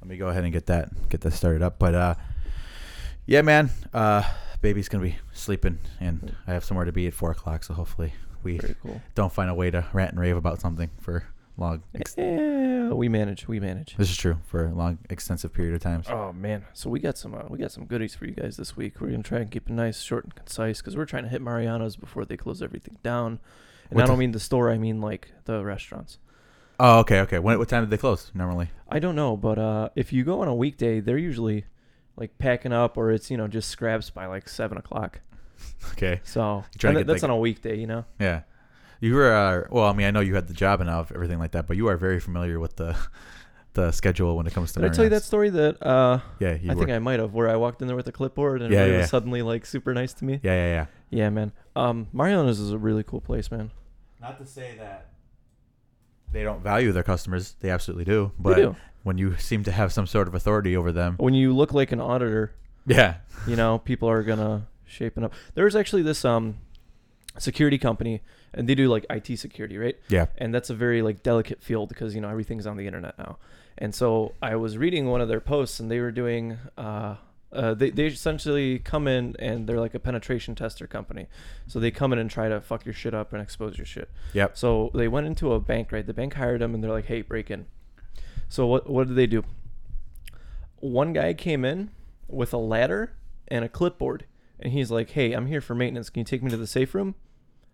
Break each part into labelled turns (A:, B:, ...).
A: Let me go ahead and get that get that started up. But uh, yeah, man, uh, baby's gonna be sleeping, and I have somewhere to be at four o'clock. So hopefully we
B: Very cool.
A: don't find a way to rant and rave about something for long. Ex-
B: Yeah, eh, we manage. We manage.
A: this is true for a long, extensive period of time. So
B: Oh man, so we got some uh, we got some goodies for you guys this week. We're gonna try and keep it nice, short, and concise because we're trying to hit Mariano's before they close everything down. And
A: What
B: I
A: the-
B: don't mean the store; I mean like the restaurants.
A: Oh, okay, okay. When, what time did they close normally?
B: I don't know, but uh, if you go on a weekday, they're usually like packing up, or it's you know just scraps by like seven o'clock.
A: Okay,
B: So
A: You try
B: and
A: to get,
B: th- that's
A: like-
B: on a weekday, you know.
A: yeah. You were uh, well. I mean, I know you had the job and all- everything like that, but you are very familiar with the the schedule when it comes to.
B: Did I tell you that
A: Marriott's.
B: story that uh,
A: Yeah, you
B: I think
A: were-
B: I might have, where I walked in there with a clipboard and
A: Yeah,
B: everybody
A: yeah, yeah.
B: was suddenly like super nice to me?
A: Yeah, yeah, yeah.
B: Yeah, man. Um, Mariano's is a really cool place, man.
A: Not to say that they don't value their customers. They absolutely do. But
B: do.
A: when you seem to have some sort of authority over them,
B: When you look like an auditor,
A: yeah,
B: you know people are gonna shaping up. There was actually this um security company, and they do like IT security, right?
A: yeah,
B: and that's a very like delicate field because you know everything's on the internet now and so i was reading one of their posts and they were doing uh, uh they, they essentially come in and they're like a penetration tester company so they come in and try to fuck your shit up and expose your shit
A: yep.
B: so they went into a bank right the bank hired them and they're like hey break in so what what did they do one guy came in with a ladder and a clipboard and he's like hey i'm here for maintenance can you take me to the safe room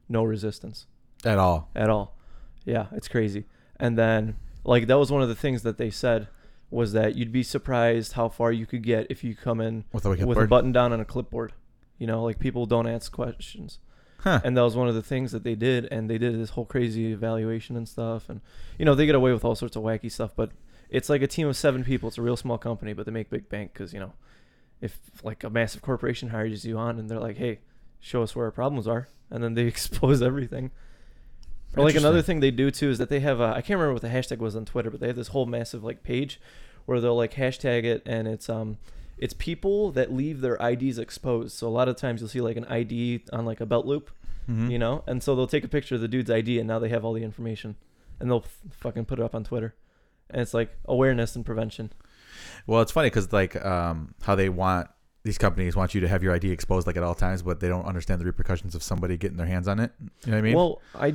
B: no resistance
A: At all.
B: at all. Yeah, it's crazy. And then like that was one of the things that they said was that you'd be surprised how far you could get if you come in
A: With a clipboard?
B: button down and a clipboard. You know, like people don't ask questions.
A: Huh.
B: And that was one of the things that they did and they did this whole crazy evaluation and stuff and you know, they get away with all sorts of wacky stuff, but it's like a team of 7 people. It's a real small company, but they make big bank cuz you know, if like a massive corporation hires you on and they're like, "Hey, show us where our problems are." And then they expose everything. Or like another thing they do too is that they have I I can't remember what the hashtag was on Twitter, but they have this whole massive like page where they'll like hashtag it and it's um it's people that leave their IDs exposed. So a lot of times you'll see like an ID on like a belt loop,
A: Mhm.
B: you know, and so they'll take a picture of the dude's ID and now they have all the information, and they'll f- fucking put it up on Twitter, and it's like awareness and prevention.
A: Well, it's funny because like um, how they want these companies want you to have your ID exposed like at all times, but they don't understand the repercussions of somebody getting their hands on it. You know what I mean?
B: Well, I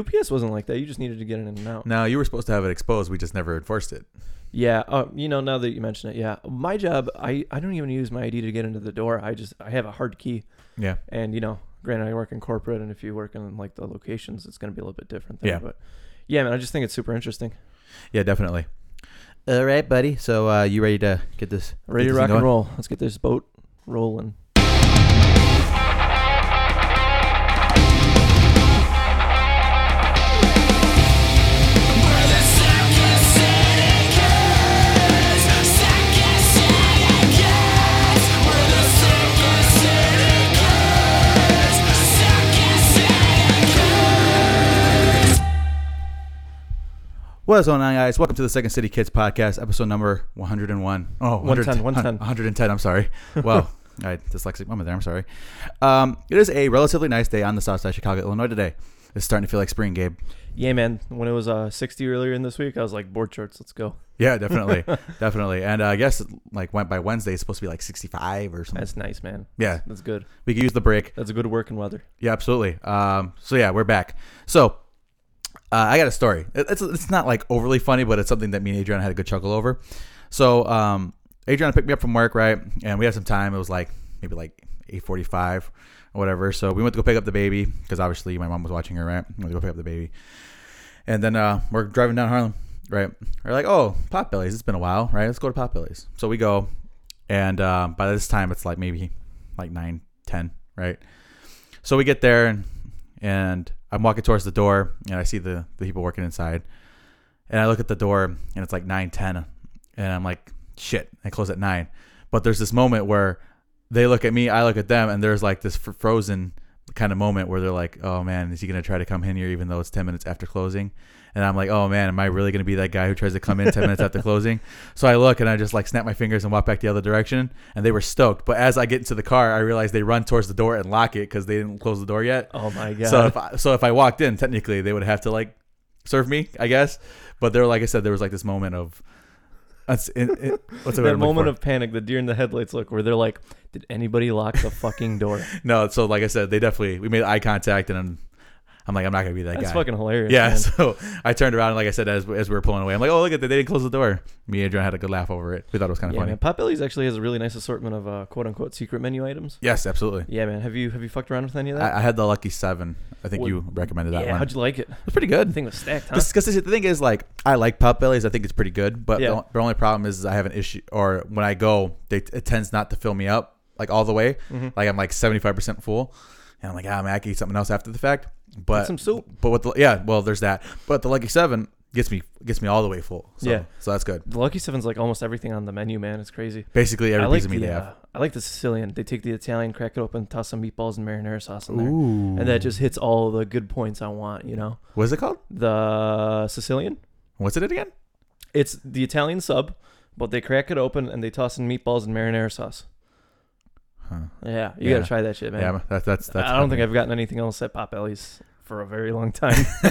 B: UPS wasn't like that. You just needed to get in and out.
A: no, you were supposed to have it exposed. We just never enforced it.
B: Yeah, uh, you know, now that you mention it, yeah. My job, I, I don't even use my ID to get into the door. I just I have a hard key,
A: Yeah.
B: and you know, granted, I work in corporate, and if you work in like the locations, it's gonna be a little bit different. There,
A: Yeah.
B: but yeah, man, I just think it's super interesting.
A: Yeah, definitely. All right, buddy. So uh, you ready to get this
B: Ready
A: get
B: to
A: this thing
B: rock and
A: going?
B: roll. Let's get this boat rolling.
A: What is going on, guys? Welcome to the Second City Kids podcast, episode number 101. Oh,
B: 110, 110.
A: 110, I'm sorry. Wow. I dyslexic moment there. I'm sorry. Um, it is a relatively nice day on the south side of Chicago, Illinois today. It's starting to feel like spring, Gabe.
B: Yeah, man. When it was uh 60 earlier in this week, I was like board shorts. Let's go.
A: Yeah, definitely, definitely. And uh, I guess like went by Wednesday, it's supposed to be like 65 or something.
B: That's nice, man.
A: yeah,
B: That's good.
A: we could use the break.
B: That's a good working weather.
A: Yeah, absolutely. Um, so yeah, we're back. So uh, I got a story. It- It's it's not like overly funny, but it's something that me and Adriana had a good chuckle over. So um, Adriana picked me up from work, right? And we had some time. It was like maybe like eight forty five or whatever. So we went to go pick up the baby because obviously my mom was watching her, right? We went to go pick up the baby, and then uh, we're driving down Harlem, right? We're like, oh, Potbellies. It's been a while, right? Let's go to Potbellies. So we go, and uh, by this time it's like maybe like nine ten, right? So we get there and and I'm walking towards the door and I see the, the people working inside. And I look at the door and it's like nine ten and I'm like, shit, I close at nine. But there's this moment where they look at me, I look at them, and there's like this fr- frozen kind of moment where they're like, oh man, is he going to try to come in here even though it's 10 minutes after closing? And I'm like, oh man, am I really going to be that guy who tries to come in 10 minutes after closing? So I look and I just like snap my fingers and walk back the other direction. And they were stoked. But as I get into the car, I realize they run towards the door and lock it because they didn't close the door yet.
B: Oh my god.
A: So if I, so if I walked in, technically they would have to like serve me, I guess. But there, like I said, there was like this moment of That's it, it, what's the word
B: that
A: I'm looking
B: moment
A: for?
B: of panic, the deer in the headlights look, where they're like, "Did anybody lock the fucking door?"
A: no. So like I said, they definitely we made eye contact, and I'm, I'm like I'm not gonna be that
B: That's
A: guy.
B: fucking hilarious.
A: yeah.
B: man.
A: So I turned around and like I said, as as we were pulling away, I'm like, oh look at that, they didn't close the door. Me and John had a good laugh over it. We thought it was kind of
B: yeah,
A: funny.
B: man. Potbelly's actually has a really nice assortment of uh, quote unquote secret menu items.
A: Yes, absolutely.
B: Yeah, man. Have you have you fucked around with any of that?
A: I, I had the lucky seven. I think
B: What-
A: you recommended that
B: yeah.
A: one.
B: How'd you like it?
A: it was pretty good.
B: The thing was stacked, huh?
A: Because the thing is, like, I like pot bellies. I think it's pretty good. But
B: Yeah.
A: the, the only problem is, is I have an issue, or when I go, they, it tends not to fill me up like all the way.
B: Mhm.
A: Like I'm like 75 percent full, and I'm like, ah, man, I can eat something else after the fact.
B: Get
A: But
B: some soup.
A: but with the, yeah, well, there's that. But the lucky seven gets me gets me all the way full. So,
B: Yeah.
A: so that's good.
B: The Lucky Seven's like almost everything on the menu, man. It's crazy.
A: Basically, every
B: I like
A: piece of meat
B: the,
A: they
B: uh, I like the Sicilian. They take the Italian, crack it open, toss some meatballs and marinara sauce in
A: have.
B: there,
A: Ooh,
B: and that just hits all the good points I want. You know,
A: what's it called?
B: the Sicilian.
A: What's it again?
B: It's the Italian sub, but they crack it open and they toss in meatballs and marinara sauce.
A: Huh.
B: Yeah, you
A: Yeah.
B: gotta try that shit, man.
A: Yeah, that, that's that's.
B: I don't think I've gotten anything else at Pop Ellie's for a very long time.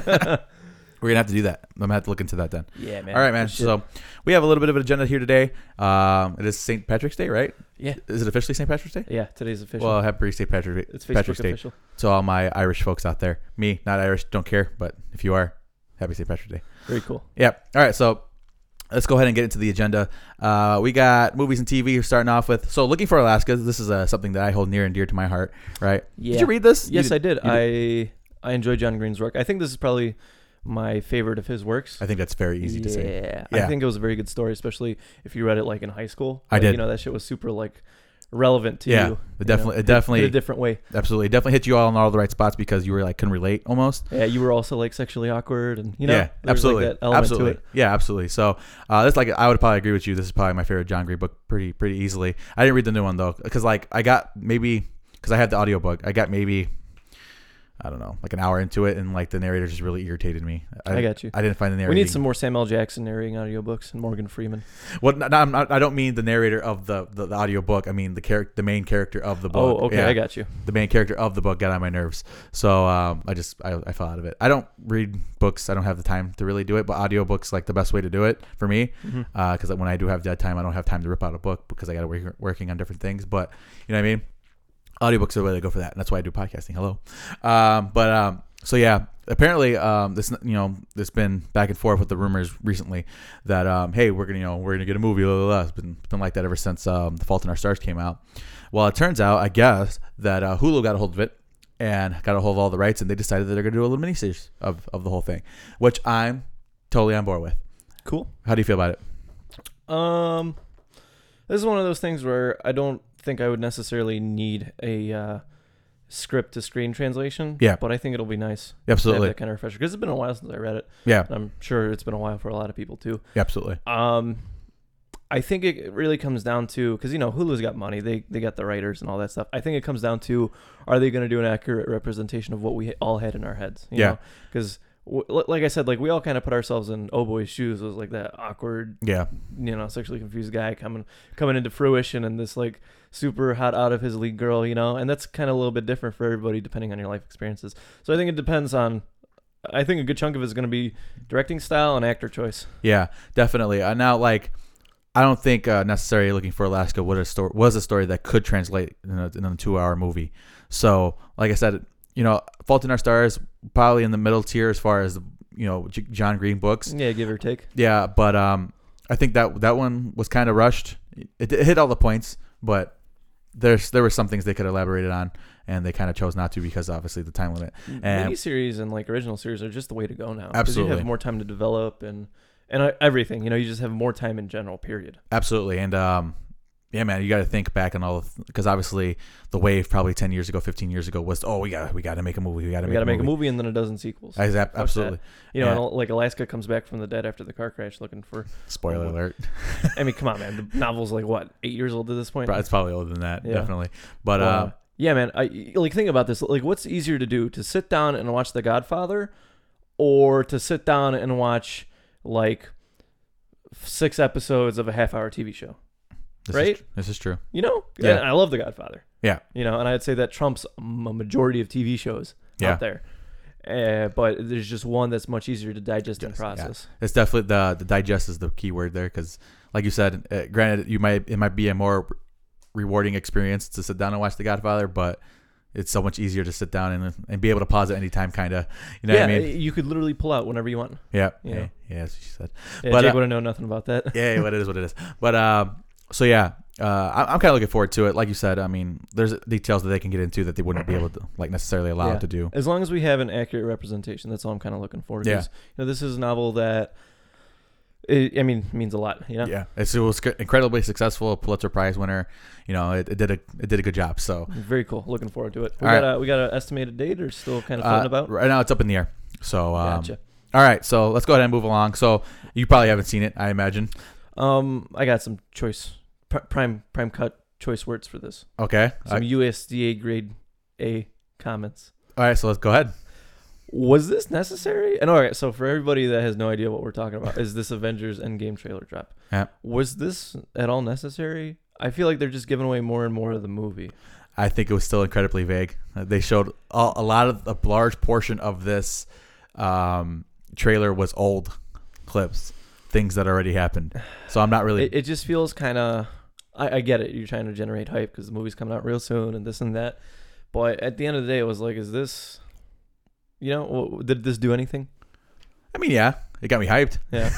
A: we're gonna have to do that. I'm gonna have to look into that then.
B: yeah, man.
A: All right, man.
B: Good shit.
A: So we have a little bit of an agenda here today. Um, it is St. Patrick's Day, right?
B: Yeah.
A: Is it officially St. Patrick's Day?
B: yeah, today's official.
A: Well, happy St. Patrick,
B: it's Facebook
A: Patrick's Day
B: official.
A: to all my Irish folks out there. Me, not Irish, don't care. But if you are, happy St. Patrick's Day.
B: Very cool.
A: Yep. All right. So let's go ahead and get into the agenda. Uh, we got movies and TV. Starting off with so looking for Alaska. This is uh, something that I hold near and dear to my heart. Right?
B: Yeah.
A: Did you read this?
B: Yes, I did.
A: you
B: I I enjoy John Green's work. I think this is probably my favorite of his works.
A: I think that's very easy to say.
B: Yeah,
A: Yeah.
B: I think it was a very good story, especially if you read it like in high school.
A: I
B: Like,
A: did.
B: You know that shit was super like relevant to
A: Yeah,
B: you.
A: It
B: you know,
A: definitely,
B: hit-
A: it definitely,
B: hit a different way.
A: absolutely, it definitely hit you all in all the right spots because you were like can relate almost.
B: Yeah, you were also like sexually awkward, and you know,
A: yeah,
B: there's, like,
A: absolutely,
B: that element to
A: absolutely,
B: it.
A: yeah, absolutely. So uh, that's like I would probably agree with you. This is probably my favorite John Green book, pretty pretty easily. I didn't read the new one though, because like I got maybe because I had the audiobook, I got maybe I don't know like an hour into it, and like the narrator just really irritated me.
B: I got you.
A: I didn't find the narrator.
B: We need some more Samuel Jackson narrating audiobooks and Morgan Freeman.
A: Well, no, no, I'm not- I don't mean the narrator of the the, the audiobook. I mean the character, the main character of the book.
B: Oh, okay,
A: Yeah.
B: I got you.
A: the main character of the book got on my nerves. So um, I just I, I fell out of it. I don't read books. I don't have the time to really do it. But audiobooks like the best way to do it for me
B: Mhm.
A: because when I do have dead time, I don't have time to rip out a book because I got to work working on different things. But you know what I mean. Audiobooks are the way to go for that, and that's why I do podcasting. Hello, um, but um, so yeah, apparently um, this you know there's been back and forth with the rumors recently that um, hey we're gonna you know we're gonna get a movie. Blah, blah, blah. It's been been like that ever since um, The Fault in Our Stars came out. Well, it turns out I guess that uh, Hulu got a hold of it and got a hold of all the rights, and they decided that they're gonna do a little miniseries of of the whole thing, which I'm totally on board with.
B: Cool.
A: How do you feel about it?
B: Um, this is one of those things where I don't think I would necessarily need a uh, script to screen translation.
A: Yeah.
B: but I think it'll be nice to have
A: Absolutely,
B: that kind of refresher because it's been a while since I read it.
A: yeah,
B: And I'm sure it's been a while for a lot of people too.
A: yeah, absolutely,
B: Um, I think it really comes down to because you know Hulu's got money, they they got the writers and all that stuff. I think it comes down to are they going to do an accurate representation of what we all had in our heads?
A: Yeah.
B: because. Like I said, like we all kind of put ourselves in oh boy's shoes. It was like that awkward,
A: yeah,
B: you know, sexually confused guy coming coming into fruition, and this like super hot out of his league girl, you know. And that's kind of a little bit different for everybody depending on your life experiences. So I think it depends on. I think a good chunk of it is going to be directing style and actor choice.
A: yeah, definitely. Uh, now, like, I don't think uh, necessarily looking for Alaska was a story was a story that could translate in a, in a two hour movie. So, like I said, you know, Fault in Our Stars probably in the middle tier as far as you know J- John Green books.
B: Yeah, give or take.
A: Yeah, but um, I think that that one was kind of rushed. It, it hit all the points, but there's there were some things they could have elaborated on, and they kind of chose not to because obviously the time limit. And-
B: Mm-hmm. miniseries and like original series are just the way to go now. 'cause
A: Absolutely.
B: you have more time to develop and and uh, everything. You know, you just have more time in general. Period.
A: Absolutely, and um, yeah, man, you got to think back on all because obviously the wave probably ten years ago, fifteen years ago was oh we got to we got to make a movie, we got to make,
B: We got to
A: a,
B: make a
A: movie.
B: movie and then a dozen sequels.
A: Exa-
B: that.
A: absolutely.
B: you know,
A: yeah.
B: and, al- like Alaska comes back from the dead after the car crash looking for.
A: Spoiler
B: Well,
A: alert.
B: I mean, come on, man. The novel's like what eight years old at this point.
A: It's probably older than that,
B: Yeah.
A: definitely. But
B: Well,
A: uh,
B: yeah, man. I like think about this. Like, what's easier to do to sit down and watch The Godfather, or to sit down and watch like six episodes of a half-hour TV show?
A: this Is,
B: right?
A: this is true.
B: You know,
A: Yeah.
B: And I love The Godfather.
A: Yeah.
B: You know, and I'd say that trumps m- a majority of TV shows
A: Yeah.
B: out there. Uh, but there's just one that's much easier to digest and
A: Yes, yeah.
B: process.
A: It's definitely the the digest is the key word there because, like you said, uh, granted you might it might be a more rewarding experience to sit down and watch The Godfather, but it's so much easier to sit down and and be able to pause at any time, kind of. You know
B: yeah, eh,
A: what I mean?
B: you could literally pull out whenever you want.
A: Yeah.
B: you
A: Yeah.
B: know.
A: Yeah. That's what she said.
B: Yeah,
A: But,
B: Jake
A: uh,
B: wouldn't know nothing about that.
A: Yeah. What it is, what it is. But um, so yeah, uh, I, I'm kind of looking forward to it. Like you said, I mean, there's details that they can get into that they wouldn't be able to like necessarily allowed
B: Yeah.
A: to do.
B: As long as we have an accurate representation, that's all I'm kind of looking for. 'cause,
A: Yeah.
B: You know, this is a novel that, it, I mean, means a lot. You know?
A: Yeah, It's, it was incredibly successful, Pulitzer Prize winner. You know, it, it did a it did a good job. So
B: Very cool. Looking forward to it. We
A: All
B: got a, we got an estimated date, or still kind of floating
A: Uh,
B: about.
A: Right now, it's up in the air. So, um,
B: Gotcha.
A: all right. So let's go ahead and move along. So you probably haven't seen it, I imagine.
B: Um, I got some choice pr- prime prime cut choice words for this.
A: Okay.
B: Some
A: Uh,
B: USDA grade A comments.
A: all right. So let's go ahead.
B: Was this necessary? And all right, so for everybody that has no idea what we're talking about, is this Avengers Endgame trailer drop?
A: Yeah.
B: Was this at all necessary? I feel like they're just giving away more and more of the movie.
A: I think it was still incredibly vague. Uh, They showed a, a lot of a large portion of this um, trailer was old clips, things that already happened. So I'm not really.
B: It, it just feels kind of. I, I get it. You're trying to generate hype because the movie's coming out real soon and this and that. But at the end of the day, it was like, is this. You know, w- did this do anything?
A: I mean, yeah, it got me hyped.
B: Yeah.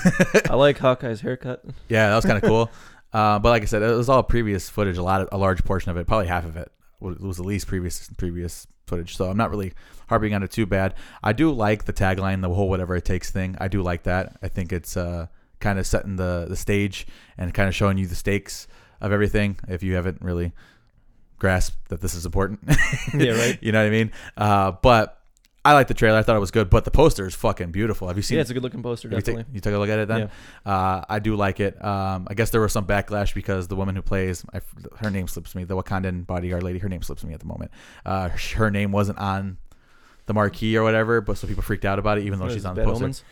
B: I like Hawkeye's haircut.
A: Yeah, that was kind of cool. Uh, but like I said, it was all previous footage. A lot, of, a large portion of it, probably half of it, was was at least previous previous footage. So I'm not really harping on it too bad. I do like the tagline, the whole "whatever it takes" thing. I do like that. I think it's uh, kind of setting the the stage and kind of showing you the stakes of everything. If you haven't really grasped that this is important,
B: yeah, right?
A: you know what I mean. Uh, but I like the trailer. I thought it was good. But the poster is fucking beautiful. Have you seen?
B: Yeah, it's a good looking poster,
A: You take,
B: definitely.
A: you took a look at it then. Uh, I do like it. Um, I guess there was some backlash because the woman who plays I, her name slips me, the Wakandan bodyguard lady, her name slips me at the moment. Uh, sh- her name wasn't on the marquee or whatever, but so people freaked out about it, even though
B: What is
A: she's
B: it,
A: on the
B: Bad
A: poster.
B: Omens?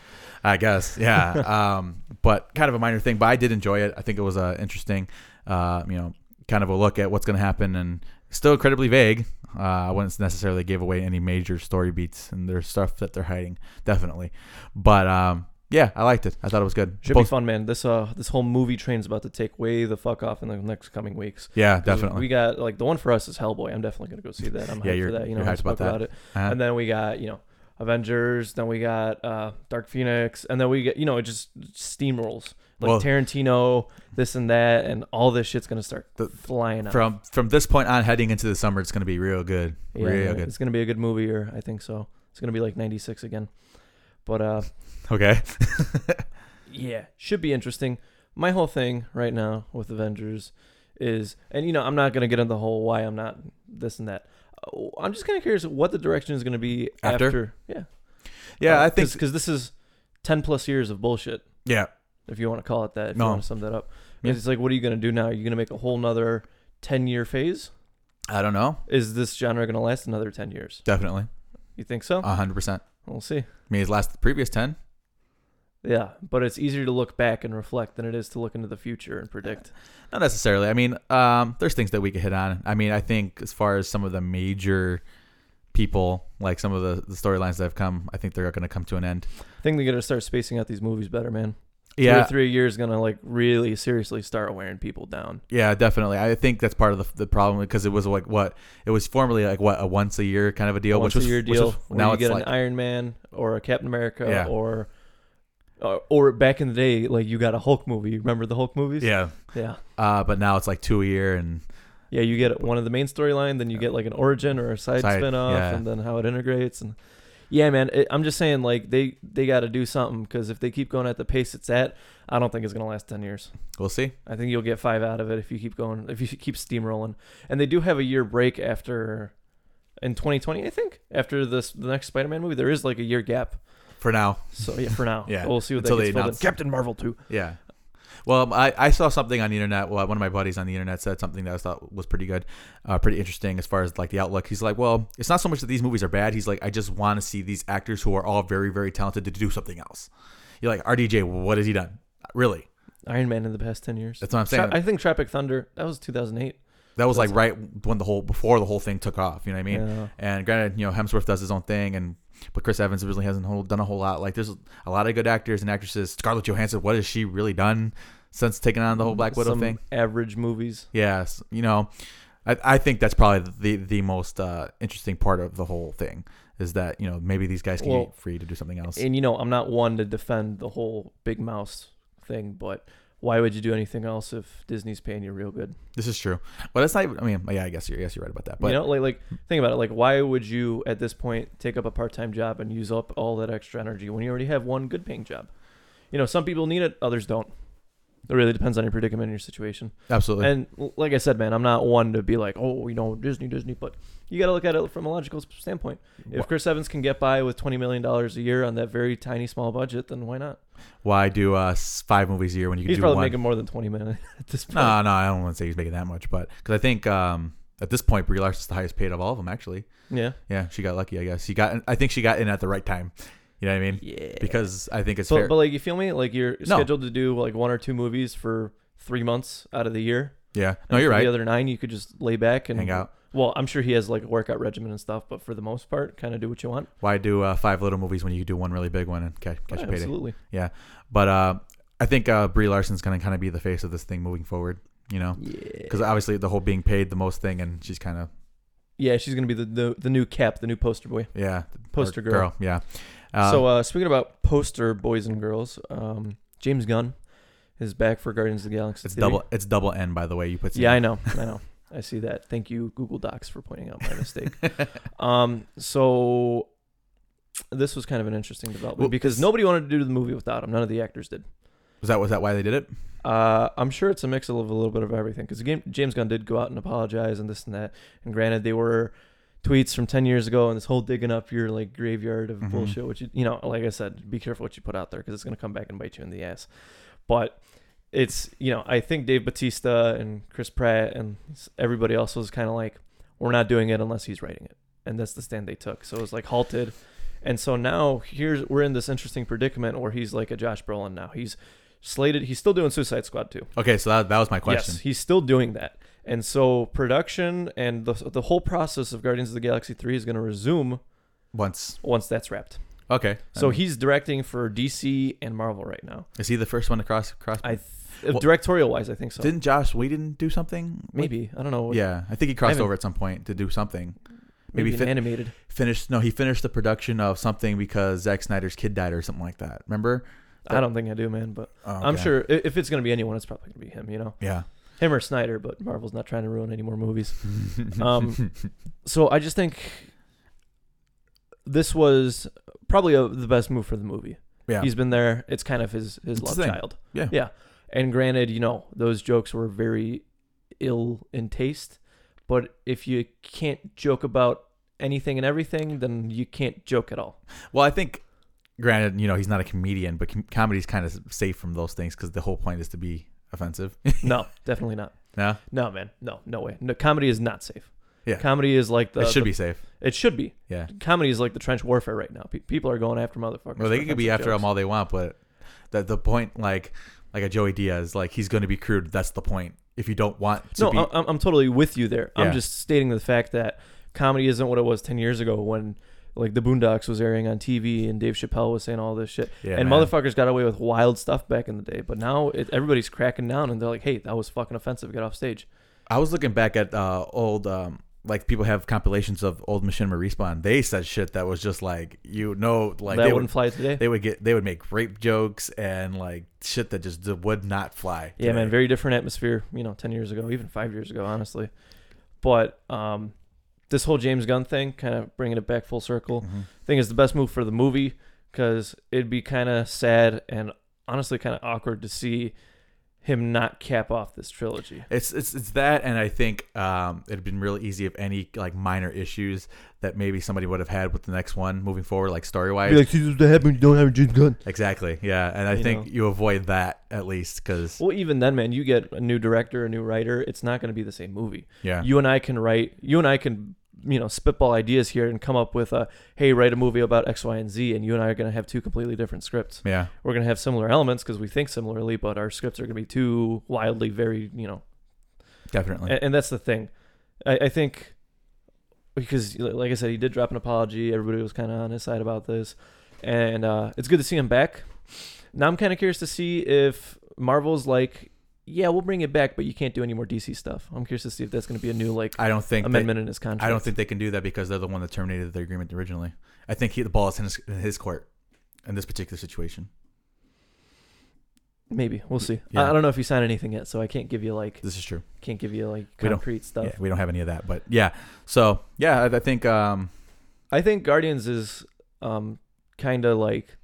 A: I guess, yeah. um, but kind of a minor thing, but I did enjoy it. I think it was a interesting, uh, you know, kind of a look at what's going to happen, and still incredibly vague. Uh, I wouldn't necessarily give away any major story beats, and there's stuff that they're hiding, definitely. But um, yeah, I liked it. I thought it was good.
B: Should
A: Both-
B: be fun, man. This uh, this whole movie train's about to take way the fuck off in the next coming weeks.
A: yeah,
B: 'Cause
A: definitely.
B: We got like the one for us is Hellboy. I'm definitely gonna go see that. I'm
A: Yeah,
B: hyped
A: you're-
B: for that. You know,
A: you're
B: I
A: hyped about
B: spoke
A: that.
B: it.
A: Uh-huh.
B: And then we got you know Avengers. Then we got uh, Dark Phoenix. And then we get you know it just steamrolls like
A: Well-
B: Tarantino, this and that, and all this shit's gonna start
A: The-
B: flying out.
A: from from this point on, heading into the summer, it's going to be real good,
B: yeah,
A: real
B: man,
A: good.
B: it's gonna be a good movie year. I think so. It's gonna be like '96 again. But uh,
A: Okay,
B: yeah, should be interesting. My whole thing right now with Avengers is, and you know, I'm not gonna get into the whole why I'm not this and that. Uh, I'm just kind of curious what the direction is gonna be
A: After?
B: after. Yeah, Uh,
A: yeah, I think,
B: because this is ten plus years of bullshit,
A: yeah,
B: if you want to call it that. If
A: No.
B: you want to sum that up,
A: Yeah.
B: it's like, what are you gonna do now? Are you gonna make a whole nother ten year phase?
A: I don't know,
B: Is this genre gonna last another ten years?
A: definitely,
B: You think so?
A: hundred percent.
B: we'll see.
A: I mean, his last previous ten,
B: Yeah, but it's easier to look back and reflect than it is to look into the future and predict.
A: Not necessarily. I mean, um, there's things that we could hit on. I mean, I think as far as some of the major people, like some of the, the storylines that have come, I think they're going to come to an end.
B: I think they gotta start spacing out these movies better, man. two
A: Yeah,
B: or three years gonna like really seriously start wearing people down.
A: yeah, definitely. I think that's part of the, the problem because it was like what it was formerly like what a once a year kind of a deal,
B: Once
A: which was
B: a year
A: which
B: deal.
A: was-
B: where
A: now
B: you
A: it's
B: get
A: like
B: an Iron Man or a Captain America
A: Yeah.
B: or, or or back in the day like you got a Hulk movie. You Remember the Hulk movies?
A: yeah,
B: yeah,
A: uh, but now it's like two a year and
B: Yeah, You get one of the main storyline, then you get like an origin or a side,
A: Side,
B: spin off,
A: yeah.
B: and then how it integrates and. Yeah, man. It, I'm just saying, like they they got to do something because if they keep going at the pace it's at, I don't think it's gonna last ten years.
A: we'll see.
B: I think you'll get five out of it if you keep going, if you keep steamrolling. And they do have a year break after, in 2020, I think, after this the next Spider-Man movie, there is like a year gap.
A: For now,
B: So yeah, for now,
A: Yeah,
B: we'll see what
A: until
B: that
A: they
B: gets filled in.
A: announce-
B: Captain Marvel too.
A: Yeah. Well, um, I, I saw something on the internet. Well, one of my buddies on the internet said something that I thought was pretty good, uh, pretty interesting as far as like the outlook. He's like, well, it's not so much that these movies are bad. He's like, I just want to see these actors who are all very, very talented to do something else. You're like, RDJ, what has he done? Really?
B: Iron Man in the past ten years.
A: That's what I'm saying.
B: Tra- I think Tropic Thunder that was 2008.
A: That was like
B: That's-
A: right when the whole before the whole thing took off. You know what I mean?
B: Yeah.
A: And granted, you know Hemsworth does his own thing, and but Chris Evans really hasn't whole, done a whole lot. Like there's a lot of good actors and actresses. Scarlett Johansson, what has she really done since taking on the whole Black Widow
B: Some
A: thing?
B: Average movies.
A: Yes, you know, I, I think that's probably the the most uh, interesting part of the whole thing is that you know maybe these guys can
B: Well,
A: get free to do something else.
B: And you know, I'm not one to defend the whole big mouse thing, but why would you do anything else if Disney's paying you real good?
A: this is true, but that's not. Even, I mean, yeah, I guess you're, yes, you're right about that. But
B: you know, like like think about it. Like, why would you at this point take up a part time job and use up all that extra energy when you already have one good paying job? You know, some people need it, others don't. It really depends on your predicament and your situation.
A: absolutely,
B: And l- like I said, man, I'm not one to be like, oh, you know, Disney, Disney, but you got to look at it from a logical s- standpoint.
A: Wha-
B: If Chris Evans can get by with twenty million dollars a year on that very tiny, small budget, then why not?
A: why do uh, s- five movies a year when you can
B: He's
A: do
B: probably
A: one?
B: making more than twenty million at this point.
A: No, no, I don't want to say he's making that much, but because I think um, at this point Brie Larson's the highest paid of all of them. Actually,
B: Yeah,
A: yeah, she got lucky. I guess she got. I think she got in at the right time. You know what I mean?
B: yeah.
A: Because I think it's fair.
B: But, but like, you feel me? Like you're
A: No.
B: scheduled to do like one or two movies for three months out of the year.
A: yeah, no,
B: And
A: you're
B: for The
A: right.
B: other nine, you could just lay back and
A: Hang out.
B: Well, I'm sure he has like a workout regimen and stuff, but for the most part, kind of do what you want.
A: Why do uh, five little movies when you could do one really big one and catch, catch
B: Yeah,
A: a payday?
B: absolutely.
A: Yeah, but uh, I think uh, Brie Larson's gonna kind of be the face of this thing moving forward. You know,
B: Yeah.
A: because obviously the whole being paid the most thing, and she's kind of
B: Yeah, she's gonna be the, the the new cap, the new poster boy,
A: yeah
B: poster
A: or
B: girl.
A: Yeah. Uh,
B: so uh, speaking about poster boys and girls, um, James Gunn is back for Guardians of the Galaxy.
A: it's
B: 3.
A: double. It's double N by the way. You put
B: Yeah, I know, I know. I see that. Thank you, Google Docs, for pointing out my mistake. um, so this was kind of an interesting development
A: Well,
B: because
A: s-
B: nobody wanted to do the movie without him. None of the actors did.
A: was that was that why they did it?
B: Uh, I'm sure it's a mix of a little bit of everything because James Gunn did go out and apologize and this and that. And granted, they were tweets from 10 years ago and this whole digging up your like graveyard of
A: Mhm.
B: bullshit, which, you, you know, like I said, be careful what you put out there because it's going to come back and bite you in the ass. But it's, you know, I think Dave Batista and Chris Pratt and s- everybody else was kind of like, we're not doing it unless he's writing it. And that's the stand they took. So it was like halted. And so now here's we're in this interesting predicament where he's like a Josh Brolin now. He's slated. He's still doing Suicide Squad too.
A: Okay, so that, that was my question.
B: Yes, he's still doing that. And so production and the the whole process of Guardians of the Galaxy 3 is going to resume
A: Once.
B: once that's wrapped.
A: Okay.
B: So
A: Um,
B: he's directing for DC and Marvel right now.
A: is he the first one to cross cross?
B: I th-
A: Well-
B: directorial wise, I think so.
A: didn't Josh Whedon do something?
B: Maybe I don't know.
A: Yeah, I think he crossed
B: haven't-
A: over at some point to do something.
B: maybe,
A: maybe
B: an
A: fit-
B: animated.
A: Finished? No, he finished the production of something because Zack Snyder's kid died or something like that. Remember?
B: I don't think I do, man. But
A: Oh,
B: I'm
A: okay.
B: sure i- if it's going to be anyone, it's probably going to be him. You know,
A: Yeah.
B: him or Snyder. But Marvel's not trying to ruin any more movies. Um, so I just think this was probably a, the best move for the movie.
A: yeah.
B: He's been there. It's kind of his his
A: It's
B: love
A: his thing.
B: child.
A: Yeah.
B: Yeah. And granted, you know, those jokes were very ill in taste, but if you can't joke about anything and everything, then you can't joke at all.
A: Well, I think, granted, you know, he's not a comedian, but com- comedy's kind of safe from those things because the whole point is to be offensive.
B: No, definitely not.
A: no,
B: No, man. No, no way. No comedy is not safe.
A: Yeah.
B: Comedy is like the
A: it should
B: the-
A: be safe.
B: it should be.
A: Yeah.
B: Comedy is like the trench warfare right now. Pe- people are going after motherfuckers.
A: Well,
B: for
A: they could be
B: offensive
A: after
B: jokes.
A: him all they want, but the the point, like, like a Joey Diaz, like he's going to be crude. That's the point. If you don't want to
B: No, uh,
A: be,
B: I- I'm, I'm totally with you there.
A: Yeah.
B: I'm just stating the fact that comedy isn't what it was 10 years ago when like the Boondocks was airing on TV and Dave Chappelle was saying all this shit.
A: Yeah,
B: and
A: man.
B: motherfuckers got away with wild stuff back in the day, but now it, everybody's cracking down and they're like, "Hey, that was fucking offensive. Get off stage."
A: I was looking back at uh, old, um, like people have compilations of old Machinima respawn. They said shit that was just like you know, like
B: that
A: they
B: wouldn't
A: would,
B: fly today.
A: they would get they would make rape jokes and like shit that just would not fly.
B: yeah, man,
A: today.
B: very different atmosphere, you know, 10 years ago, even 5 years ago, honestly. But um this whole James Gunn thing, kind of bringing it back full circle.
A: Mhm.
B: think is the best move for the movie because it'd be kind of sad and honestly kind of awkward to see him not cap off this trilogy.
A: It's it's it's that, and I think um, it'd been really easy if any like minor issues that maybe somebody would have had with the next one moving forward, like story wise.
B: this is what happened. You don't have a James Gunn.
A: exactly, yeah, and I
B: You
A: think
B: know.
A: you avoid that at least because
B: Well, even then, man, you get a new director, a new writer. It's not going to be the same movie.
A: yeah,
B: You and I can write. You and I can, you know, spitball ideas here and come up with a hey, write a movie about X, Y, and Z, and you and I are going to have two completely different scripts.
A: yeah,
B: We're going to have similar elements because we think similarly, but our scripts are going to be two wildly very, you know,
A: Definitely.
B: and, and that's the thing. I, I think because, li- like I said, he did drop an apology. Everybody was kind of on his side about this, and uh, it's good to see him back. Now I'm kind of curious to see if Marvel's like, yeah, we'll bring it back, but you can't do any more DC stuff. I'm curious to see if that's going to be a new like
A: I don't think they,
B: amendment in his contract.
A: I don't think they can do that because they're the one that terminated the agreement originally. I think he, the ball is in his, in his court in this particular situation.
B: maybe we'll see.
A: Yeah.
B: I, I don't know if he signed anything yet, so I can't give you like
A: This is true.
B: can't give you like
A: We don't-
B: concrete stuff.
A: Yeah, we don't have any of that, but yeah. So yeah, I, I think um,
B: I think Guardians is um kind of like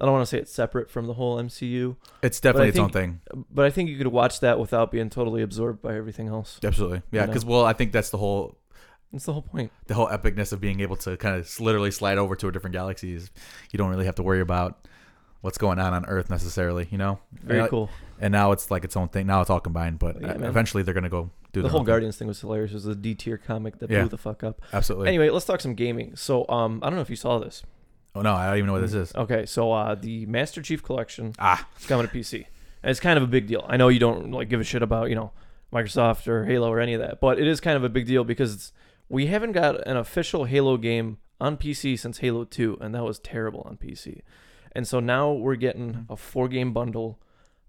B: I don't want to say it's separate from the whole MCU,
A: it's definitely its own
B: think-
A: thing.
B: but I think you could watch that without being totally absorbed by everything else.
A: Absolutely. Yeah,
B: you know.
A: because well, I think that's the whole
B: That's the whole point.
A: the whole epicness of being able to kind of literally slide over to a different galaxy is you don't really have to worry about what's going on on Earth necessarily, you know.
B: Very
A: and,
B: cool.
A: And now it's like its own thing. Now it's all combined, but
B: Yeah,
A: uh,
B: man.
A: eventually they're gonna go do
B: the
A: their
B: whole
A: own thing.
B: Guardians thing was hilarious. It was a D tier comic that
A: Yeah.
B: blew the fuck up.
A: Absolutely.
B: Anyway, let's talk some gaming. So, um, I don't know if you saw this.
A: Oh no, I don't even know what this is.
B: Okay, so uh, the Master Chief Collection
A: Ah,
B: is coming to PC, and it's kind of a big deal. I know you don't like give a shit about you know Microsoft or Halo or any of that, but it is kind of a big deal because it's, we haven't got an official Halo game on PC since Halo Two, and that was terrible on PC. And so now we're getting a four game bundle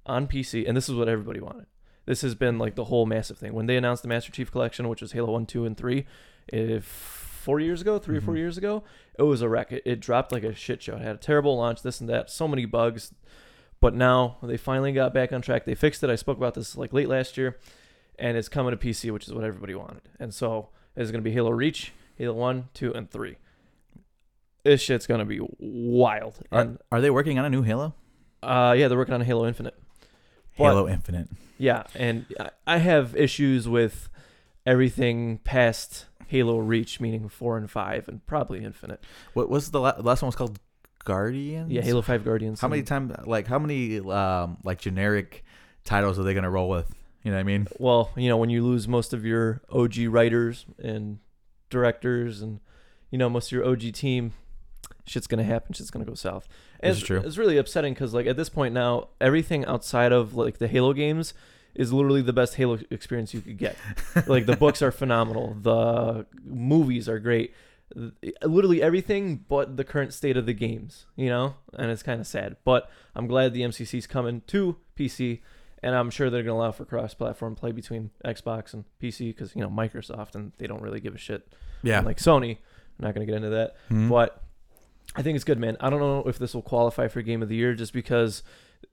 B: on PC, and this is what everybody wanted. This has been like the whole massive thing. When they announced the Master Chief Collection, which was Halo 1, 2, and 3, if four years ago, 3 or four years ago, it was a wreck. It, it dropped like a shit show. It had a terrible launch, this and that, so many bugs. But now they finally got back on track. They fixed it. I spoke about this like late last year, and it's coming to PC, which is what everybody wanted. And so it's going to be Halo Reach, Halo 1, 2, and 3. This shit's going to be wild. And
A: are, are they working on a new Halo?
B: uh, yeah, they're working on Halo Infinite. But-
A: Halo Infinite.
B: Yeah, and I- I have issues with everything past Halo Reach, meaning four and five, and probably Infinite.
A: What was the la- last one was called Guardians?
B: Yeah, Halo Five Guardians.
A: How many
B: and-
A: time like how many um like generic titles are they gonna roll with? You know what I mean?
B: well, you know, when you lose most of your OG writers and directors, and you know most of your OG team, shit's gonna happen. Shit's gonna go south. And
A: This
B: it's,
A: is true.
B: It's really upsetting because like at this point now, everything outside of like the Halo games is literally the best Halo experience you could get. like the books are phenomenal. The movies are great. Th- Literally everything but the current state of the games, you know, and it's kind of sad. But I'm glad the MCC's coming to PC, and I'm sure they're gonna allow for cross-platform play between Xbox and PC because you know Microsoft and they don't really give a shit.
A: Yeah.
B: Like Sony, I'm not gonna get into that.
A: Mhm.
B: But I think it's good, man. I don't know if this will qualify for Game of the Year just because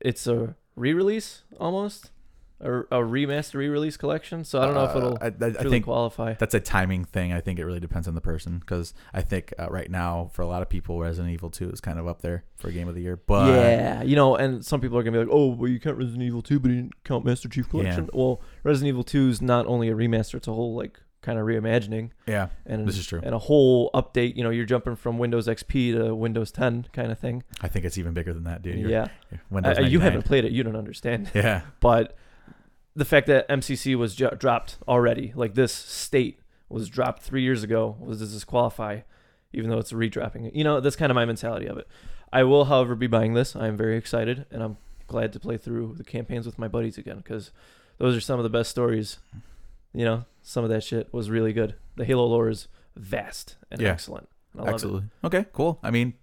B: it's a re-release almost, a, a remaster re-release collection. So I don't know if
A: Uh,
B: it'll
A: I, I- I
B: truly
A: think
B: qualify.
A: that's a timing thing. I think it really depends on the person because I think uh, right now for a lot of people, Resident Evil Two is kind of up there for Game of the Year. But
B: yeah, you know, and some people are gonna be like, "Oh, well, you count Resident Evil 2, but you didn't count Master Chief Collection." Well, Resident Evil 2 is not only a remaster; it's a whole like kind of reimagining
A: yeah,
B: and
A: This is true.
B: and a whole update. You know, you're jumping from Windows XP to Windows 10 kind of thing.
A: I think it's even bigger than that, dude. You're-
B: yeah,
A: Windows
B: Uh, you
A: 99.
B: haven't played it; you don't understand.
A: Yeah,
B: But the fact that MCC was ju- dropped already, like this state was dropped three years ago, was does this qualify? Even though it's redropping it, you know that's kind of my mentality of it. I will, however, be buying this. I am very excited, and I'm glad to play through the campaigns with my buddies again because those are some of the best stories. You know, some of that shit was really good. The Halo lore is vast and
A: Yeah.
B: excellent. and I love it.
A: absolutely. Okay, cool. I mean,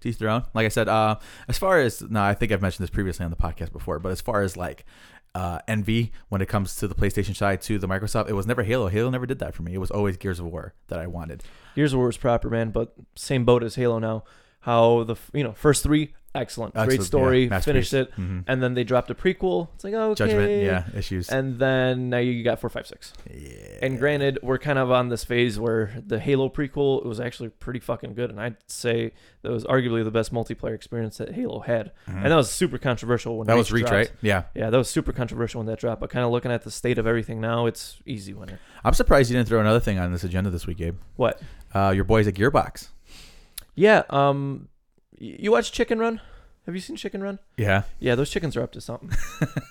A: teeth their own. Like I said, uh, as far as no, I think I've mentioned this previously on the podcast before, but as far as like. Uh, envy when it comes to the PlayStation side to the Microsoft. It was never Halo. Halo never did that for me. It was always Gears of War that I wanted.
B: Gears of War was proper, man, but same boat as Halo now. How the f- you know first three excellent,
A: Excellent,
B: great story,
A: yeah, masterpiece.
B: finished it,
A: Mhm.
B: and then they dropped a prequel. It's like okay,
A: Judgment, yeah, issues.
B: and then now you got four, five, six.
A: yeah.
B: And granted, we're kind of on this phase where the Halo prequel was actually pretty fucking good, and I'd say that was arguably the best multiplayer experience that Halo had,
A: Mhm.
B: and that was super controversial when
A: that was Reach,
B: dropped.
A: right? Yeah.
B: Yeah, that was super controversial when that dropped. But kind of looking at the state of everything now, it's easy winner.
A: I'm surprised you didn't throw another thing on this agenda this week, Gabe.
B: What?
A: Uh, your boys at Gearbox.
B: Yeah. Um, y- you watch Chicken Run? Have you seen Chicken Run?
A: Yeah.
B: Yeah, those chickens are up to something.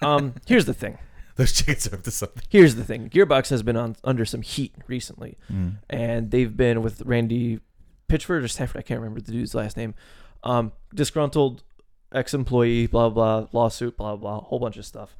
B: um, here's the thing.
A: Those chickens are up to something.
B: Here's the thing. Gearbox has been on under some heat recently,
A: Mm.
B: and they've been with Randy Pitchford or Stafford. I can't remember the dude's last name. Um, disgruntled ex-employee, blah blah, lawsuit, blah blah, whole bunch of stuff.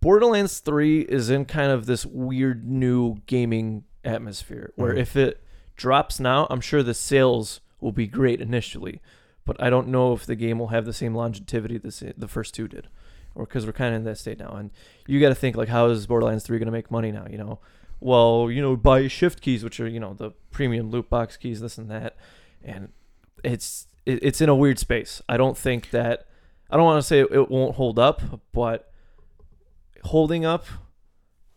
B: Borderlands 3 is in kind of this weird new gaming atmosphere where if it drops now, I'm sure the sales will be great initially, but I don't know if the game will have the same longevity the, sa- the first two did. Or because we're kind of in that state now, and you got to think like, how is Borderlands 3 going to make money now? You know, well, you know, buy shift keys, which are you know the premium loot box keys, this and that, and it's it, it's in a weird space. I don't think that I don't want to say it, it won't hold up, but holding up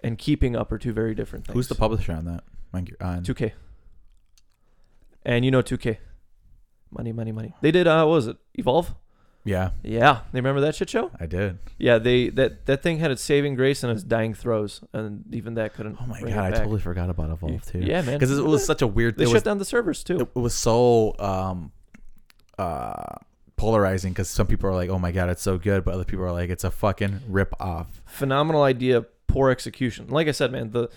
B: and keeping up are two very different things.
A: Who's the publisher on that? Mind you- on-
B: 2K? And you know 2K, money, money, money. They did uh, what was it Evolve?
A: yeah,
B: Yeah, they remember that shit show?
A: I did.
B: Yeah, they that that thing had its saving grace and its dying throws, and even that couldn't.
A: Oh my
B: bring it
A: god, I
B: back.
A: totally forgot about Evolve too.
B: Yeah, man.
A: because it was such a weird.
B: They
A: it
B: shut
A: was
B: down the servers too.
A: it, it was so um uh polarizing because some people are like, "Oh my god, it's so good," but other people are like, "It's a fucking rip off."
B: Phenomenal idea, poor execution. Like I said, man, the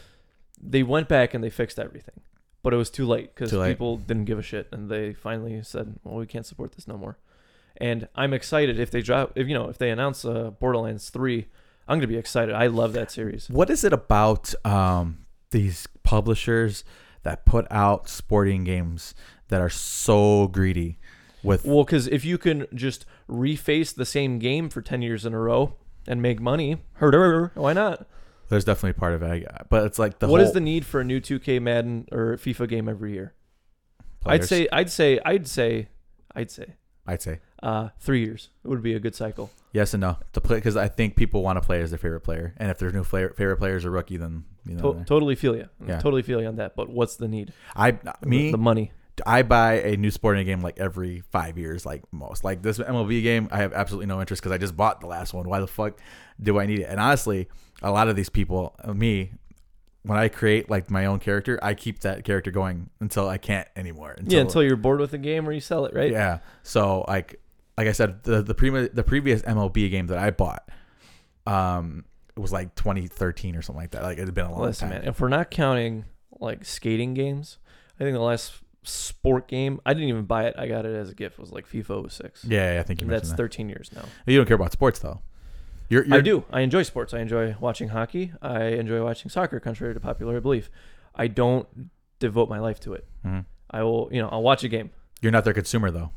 B: they went back and they fixed everything, but it was too late because
A: Too late.
B: people didn't give a shit, and they finally said, "Well, we can't support this no more." And I'm excited if they drop, if you know, if they announce uh, Borderlands three, I'm gonna be excited. I love that series.
A: What is it about um these publishers that put out sporting games that are so greedy with
B: Well, because if you can just reface the same game for ten years in a row and make money, herder, why not?
A: There's definitely part of it, I got- but it's like the
B: What
A: whole
B: is the need for a new 2K Madden or FIFA game every year? I'd
A: players-
B: say, I'd say, I'd say, I'd say,
A: I'd say
B: uh, three years would be a good cycle.
A: yes and no to play because I think people want to play as their favorite player, and if their new player, favorite player is a rookie, then you know
B: To-
A: they're-
B: totally feel you.
A: Yeah.
B: Totally feel you on that. But what's the need?
A: I
B: The-
A: me
B: the money.
A: I buy a new sporting game like every five years, like most. Like this MLB game, I have absolutely no interest because I just bought the last one. Why the fuck do I need it? And honestly, a lot of these people, uh, me, when I create like my own character, I keep that character going until I can't anymore.
B: yeah, until you're bored with the game or you sell it, right?
A: yeah. So like like I said, the the, pre- the previous MLB game that I bought, um, it was like 2013 or something like that. Like it had been a long
B: Listen,
A: time.
B: man, if we're not counting like skating games, I think the last sport game I didn't even buy it. I got it as a gift. Was like FIFA 06.
A: Yeah, yeah, I think you
B: That's
A: mentioned that.
B: 13 years now.
A: you don't care about sports though. You're, you're
B: I do. I enjoy sports. I enjoy watching hockey. I enjoy watching soccer, contrary to popular belief. I don't devote my life to it.
A: Mhm.
B: I will, you know, I'll watch a game.
A: You're not their consumer though.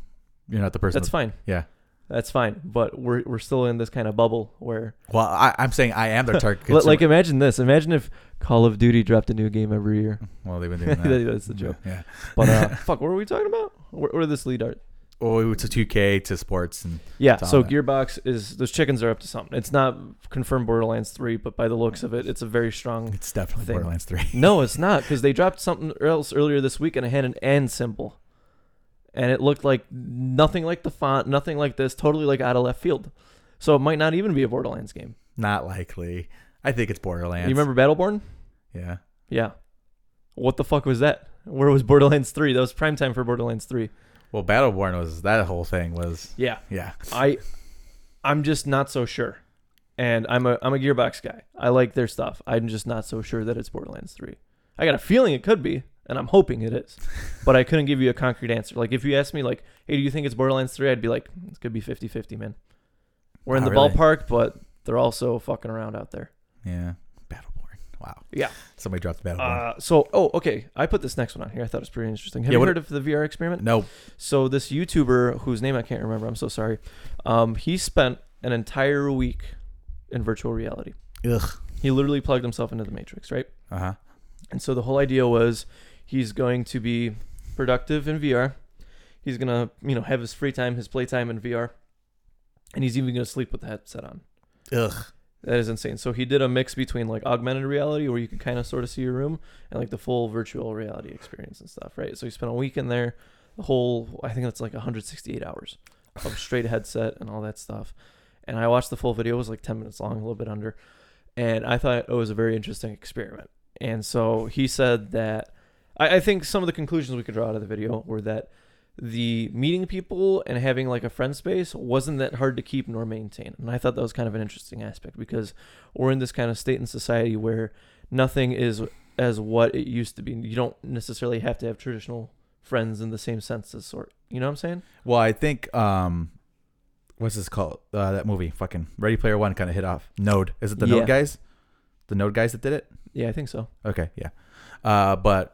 A: You're not the person.
B: That's fine.
A: Yeah.
B: That's fine. But we're, we're still in this kind of bubble where,
A: Well, I, I'm saying I am their target.
B: Li-
A: consumer.
B: like, imagine this. Imagine if Call of Duty dropped a new game every year.
A: well, they've been doing that.
B: That's the joke.
A: Yeah.
B: But uh, fuck, what were we talking about? Where, where did this lead art?
A: Well, it's a 2K to sports, and
B: Yeah.
A: It's on
B: So
A: it.
B: Gearbox is those chickens are up to something. It's not confirmed Borderlands three, but by the looks of it, it's a very strong
A: it's definitely
B: Thing.
A: Borderlands 3.
B: No, it's not because they dropped something else earlier this week and it had an and symbol, and it looked like nothing like the font, nothing like this, totally like out of left field. So it might not even be a Borderlands game.
A: Not likely. I think it's Borderlands.
B: You remember Battleborn?
A: Yeah.
B: Yeah. What the fuck was that? Where was Borderlands three? That was prime time for Borderlands three.
A: Well, Battleborn was that whole thing was
B: Yeah,
A: yeah.
B: I, I'm just not so sure, and I'm a I'm a Gearbox guy. I like their stuff. I'm just not so sure that it's Borderlands three. I got a feeling it could be, and I'm hoping it is, but I couldn't give you a concrete answer. Like if you asked me like, hey, do you think it's Borderlands three? I'd be like, it could be 50-50, man. We're in
A: Not
B: the
A: really.
B: ballpark, but they're also fucking around out there.
A: Yeah. Battleborn. Wow.
B: Yeah.
A: Somebody dropped Battleborn.
B: Uh, so oh okay, I put this next one on here. I thought it was pretty interesting. Have
A: Yeah,
B: you
A: what-
B: heard of the VR experiment?
A: no.
B: So this YouTuber whose name I can't remember, I'm so sorry. Um, he spent an entire week in virtual reality.
A: Ugh.
B: He literally plugged himself into the matrix, right?
A: Uh huh.
B: And so the whole idea was he's going to be productive in VR. He's going to, you know, have his free time, his playtime in VR. And he's even going to sleep with the headset on.
A: Ugh.
B: That is insane. So he did a mix between like augmented reality, where you could kind of sort of see your room, and like the full virtual reality experience and stuff, right? So he spent a week in there, the whole I think that's like 168 hours of straight headset and all that stuff. And I watched the full video; it was like 10 minutes long, a little bit under, and I thought it was a very interesting experiment. And so he said that I, I think some of the conclusions we could draw out of the video were that the meeting people and having like a friend space wasn't that hard to keep nor maintain. And I thought that was kind of an interesting aspect because we're in this kind of state in society where nothing is as what it used to be. You don't necessarily have to have traditional friends in the same sense as sort. You know what I'm saying?
A: Well, I think um, what's this called? Uh, that movie, fucking Ready Player One, kind of hit off. Node. Is it the
B: Yeah.
A: Node guys? The Node guys that did it?
B: Yeah, I think so.
A: Okay, yeah. Uh, but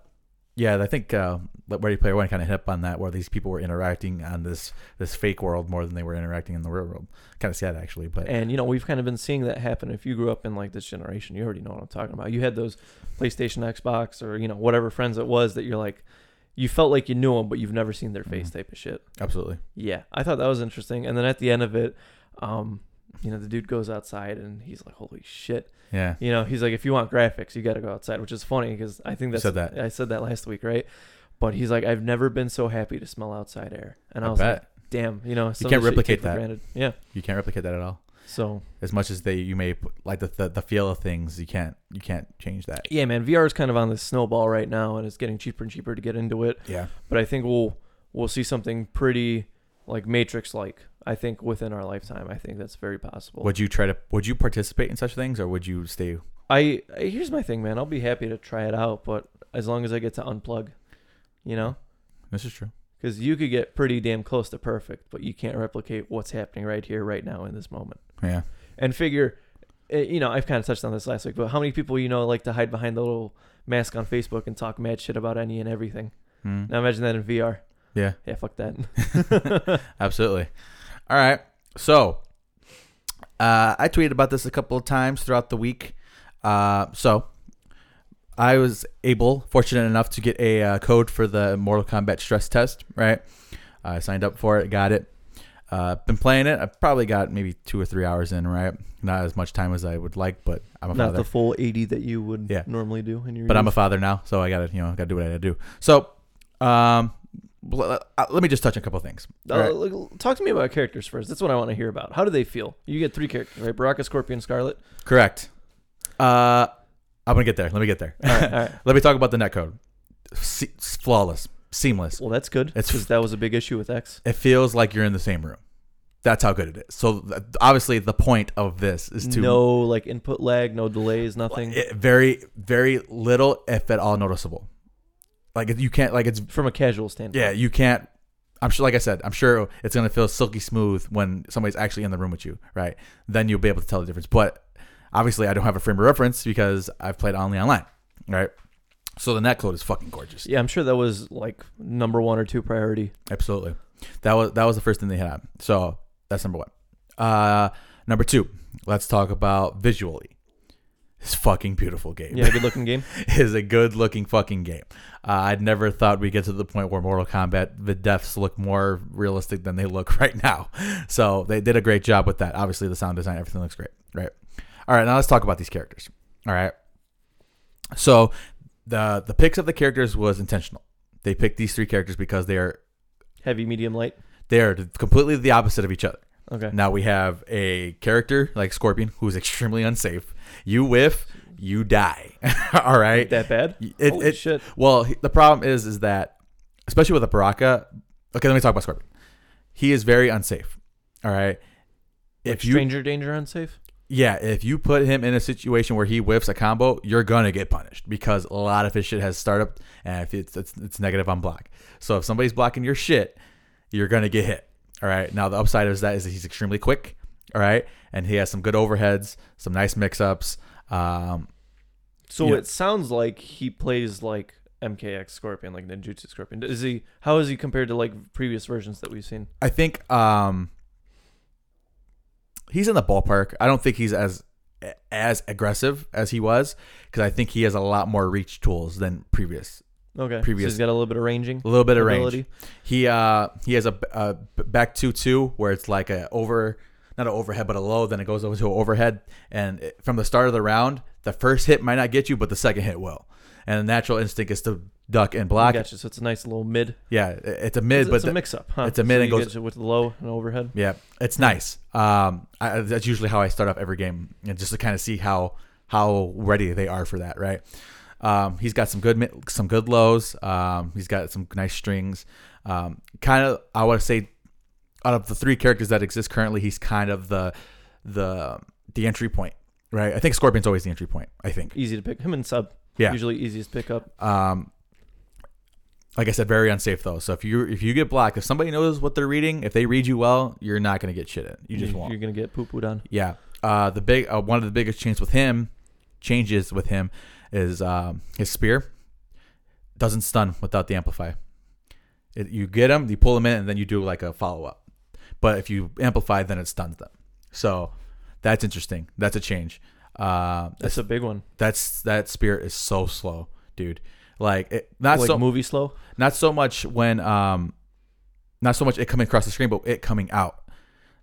A: yeah, I think uh, let Ready Player One kind of hit up on that, where these people were interacting on this this fake world more than they were interacting in the real world. Kind of sad, actually. But
B: And you know, we've kind of been seeing that happen. If you grew up in like this generation, you already know what I'm talking about. You had those PlayStation, Xbox, or you know, whatever friends it was that you're like, you felt like you knew them, but you've never seen their face
A: Mhm.
B: type of shit.
A: absolutely,
B: Yeah, I thought that was interesting. And then at the end of it, um, you know, the dude goes outside and he's like, "Holy shit!"
A: yeah,
B: You know, he's like, "If you want graphics, you got to go outside," which is funny because I think
A: You
B: that's
A: said that.
B: I said that last week, right? But he's like, "I've never been so happy to smell outside air," and I,
A: I
B: was
A: bet
B: like, "Damn, you know, some of
A: can't
B: the shit
A: replicate
B: take for
A: that.
B: Granted. Yeah,
A: you can't replicate that at all.
B: so
A: As much as they, you may put- like the, the the feel of things, you can't you can't change that.
B: yeah, man, VR is kind of on this snowball right now, and it's getting cheaper and cheaper to get into it.
A: Yeah,
B: But I think we'll we'll see something pretty like Matrix like. I think within our lifetime, I think that's very possible.
A: would you try to would you participate in such things or would you stay
B: I I- here's my thing, man. I'll be happy to try it out, but as long as I get to unplug, you know,
A: this is true
B: because you could get pretty damn close to perfect, but you can't replicate what's happening right here, right now, in this moment.
A: yeah
B: And figure, eh, you know, I've kind of touched on this last week, but how many people you know like to hide behind the little mask on Facebook and talk mad shit about any and everything?
A: Hmm.
B: Now imagine that in VR.
A: yeah
B: Yeah, fuck that.
A: absolutely all right so uh, i tweeted about this a couple of times throughout the week uh, so i was able fortunate enough to get a uh, code for the mortal kombat stress test right i signed up for it got it uh, been playing it i probably got maybe two or three hours in right not as much time as i would like but i'm a
B: Not
A: father.
B: the full 80 that you would
A: Yeah.
B: normally do in your.
A: but I'm a
B: youth.
A: father now, so I gotta you know gotta do what I gotta do. So, um, l- uh, let me just touch on a couple things.
B: Uh,
A: All right.
B: look, talk to me about characters first. That's what I want to hear about. How do they feel? You get three characters, right? Baraka, Scorpion, Scarlet.
A: Correct. Uh, I'm gonna get there. Let me get there.
B: All right, all right.
A: Let me talk about the netcode. Se- flawless, seamless.
B: Well, that's good.
A: It's-
B: because that was a big issue with X.
A: It feels like you're in the same room. That's how good it is. So th- obviously, the point of this is to
B: No like input lag, no delays, nothing.
A: it- very, very little, if at all, noticeable. Like you can't like it's
B: From a casual standpoint.
A: Yeah, you can't. I'm sure, like I said, I'm sure it's gonna feel silky smooth when somebody's actually in the room with you, right? Then you'll be able to tell the difference. But obviously, I don't have a frame of reference because I've played only online, right? So the netcode is fucking gorgeous.
B: Yeah, I'm sure that was like number one or two priority.
A: Absolutely, that was that was the first thing they hit on. So that's number one. Uh, number two, let's talk about visually. It's fucking beautiful game.
B: Yeah, good looking game.
A: is a good looking fucking game. Uh, I'd never thought we'd get to the point where Mortal Kombat, the deaths look more realistic than they look right now. So they did a great job with that. Obviously, the sound design, everything looks great, right? All right, now let's talk about these characters. All right. So the the picks of the characters was intentional. They picked these three characters because they are
B: Heavy, medium, light.
A: they are completely the opposite of each other.
B: Okay.
A: Now we have a character like Scorpion who is extremely unsafe. You whiff, you die. All right.
B: That bad?
A: It,
B: Holy
A: it,
B: shit.
A: well, he- the problem is, is that especially with a Baraka. Okay, let me talk about Scorpion. He is very unsafe. All right.
B: Like
A: If you,
B: stranger danger unsafe?
A: yeah, if you put him in a situation where he whiffs a combo, you're gonna get punished because a lot of his shit has startup, and if it's it's, it's negative on block. So if somebody's blocking your shit, you're gonna get hit. All right. Now the upside of that is that he's extremely quick. All right, and he has some good overheads, some nice mix-ups. Um,
B: So
A: Yeah.
B: it sounds like he plays like MKX Scorpion, like Ninjutsu Scorpion. Is he how is he compared to like previous versions that we've seen?
A: I think um he's in the ballpark. I don't think he's as as aggressive as he was because I think he has a lot more reach tools than previous.
B: Okay.
A: Previous-
B: So he's got a little bit of ranging.
A: A little bit of range.
B: ability.
A: He uh he has a, a back two two where it's like a over not an overhead but a low then it goes over to an overhead and it- from the start of the round the first hit might not get you but the second hit will and the natural instinct is to duck and block.
B: Gotcha. So it's a nice little mid.
A: Yeah, it- it's a
B: It's,
A: mid but
B: it's
A: the-
B: a mix up, huh?
A: it's a mid
B: So
A: and
B: you
A: goes-
B: get to- with low and overhead.
A: Yeah, it's nice. Um, I, that's usually how I start off every game, and just to kind of see how how ready they are for that, right? Um, he's got some good mi- some good lows. Um, he's got some nice strings. Um, kind of, I want to say, out of the three characters that exist currently, he's kind of the the the entry point, right? I think Scorpion's always the entry point. I think,
B: Easy to pick. Him and sub.
A: yeah.
B: Usually easiest pickup.
A: Um, Like I said, very unsafe though. So if you if you get blocked, if somebody knows what they're reading, if they read you well, you're not gonna get shit in. You just won't.
B: You're gonna get poo pooed on.
A: Yeah. Uh, the big uh, one of the biggest changes with him, changes with him, is um, his spear doesn't stun without the amplify. It, you get him, you pull him in, and then you do like a follow up. But if you amplify, then it stuns them. So that's interesting. That's a change. Uh,
B: That's
A: that's
B: a big one.
A: that's that spear is so slow, dude. Like it, not
B: like
A: so
B: movie slow.
A: not so much when um, not so much it coming across the screen, but it coming out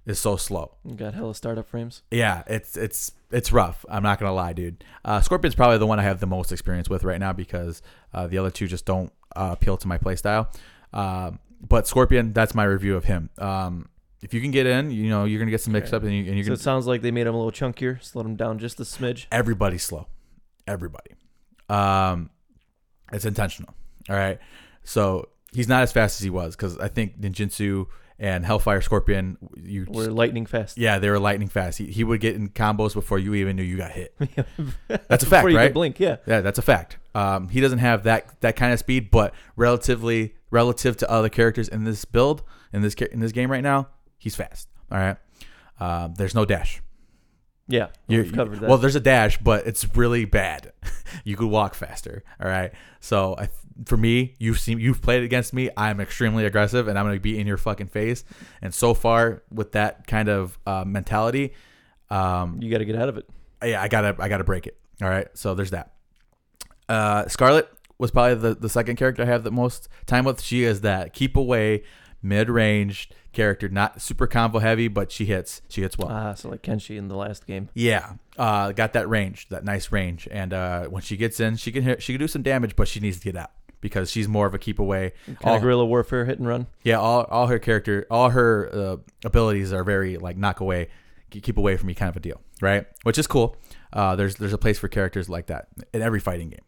A: is so slow.
B: You got hella startup frames.
A: Yeah, it's it's it's rough. I'm not gonna lie, dude. Uh, Scorpion's probably the one I have the most experience with right now because uh, the other two just don't uh, appeal to my playstyle. Uh, but Scorpion, that's my review of him. Um, if you can get in, you know you're gonna get some mix up, and, you, and you're
B: So
A: gonna
B: it sounds like they made him a little chunkier, slowed him down just a smidge.
A: everybody's slow. Everybody. Um, it's intentional. All right. So he's not as fast as he was because I think Ninjutsu and Hellfire Scorpion, you
B: We're lightning fast.
A: yeah, they were lightning fast. He, he would get in combos before you even knew you got hit.
B: That's
A: That's a fact,
B: Before you
A: right?
B: could blink, yeah.
A: Yeah, that's a fact. Um, he doesn't have that that kind of speed, but relatively relative to other characters in this build in this ca- in this game right now, he's fast. All right. Um, there's no dash.
B: Yeah.
A: You-
B: we've covered that.
A: Well, there's a dash, but it's really bad. you could walk faster. All right. So I, for me, you've seen you've played against me. I'm extremely aggressive, and I'm going to be in your fucking face. And so far, with that kind of uh, mentality, um,
B: you gotta get out of it.
A: yeah, I gotta I gotta break it. All right, so there's that. Uh, Scarlet was probably the, the second character I have the most time with. She is that keep away mid range character, not super combo heavy, but she hits she hits well.
B: Ah, so like Kenshi in the last game.
A: yeah, uh, got that range, that nice range, and uh, when she gets in, she can hit, she can do some damage, but she needs to get out because she's more of a keep away.
B: Kind
A: All-
B: of guerrilla warfare hit and run.
A: yeah, all, all her character, all her uh, abilities are very like knock away, ke- keep away from me kind of a deal, right? Which is cool. Uh, there's there's a place for characters like that in every fighting game.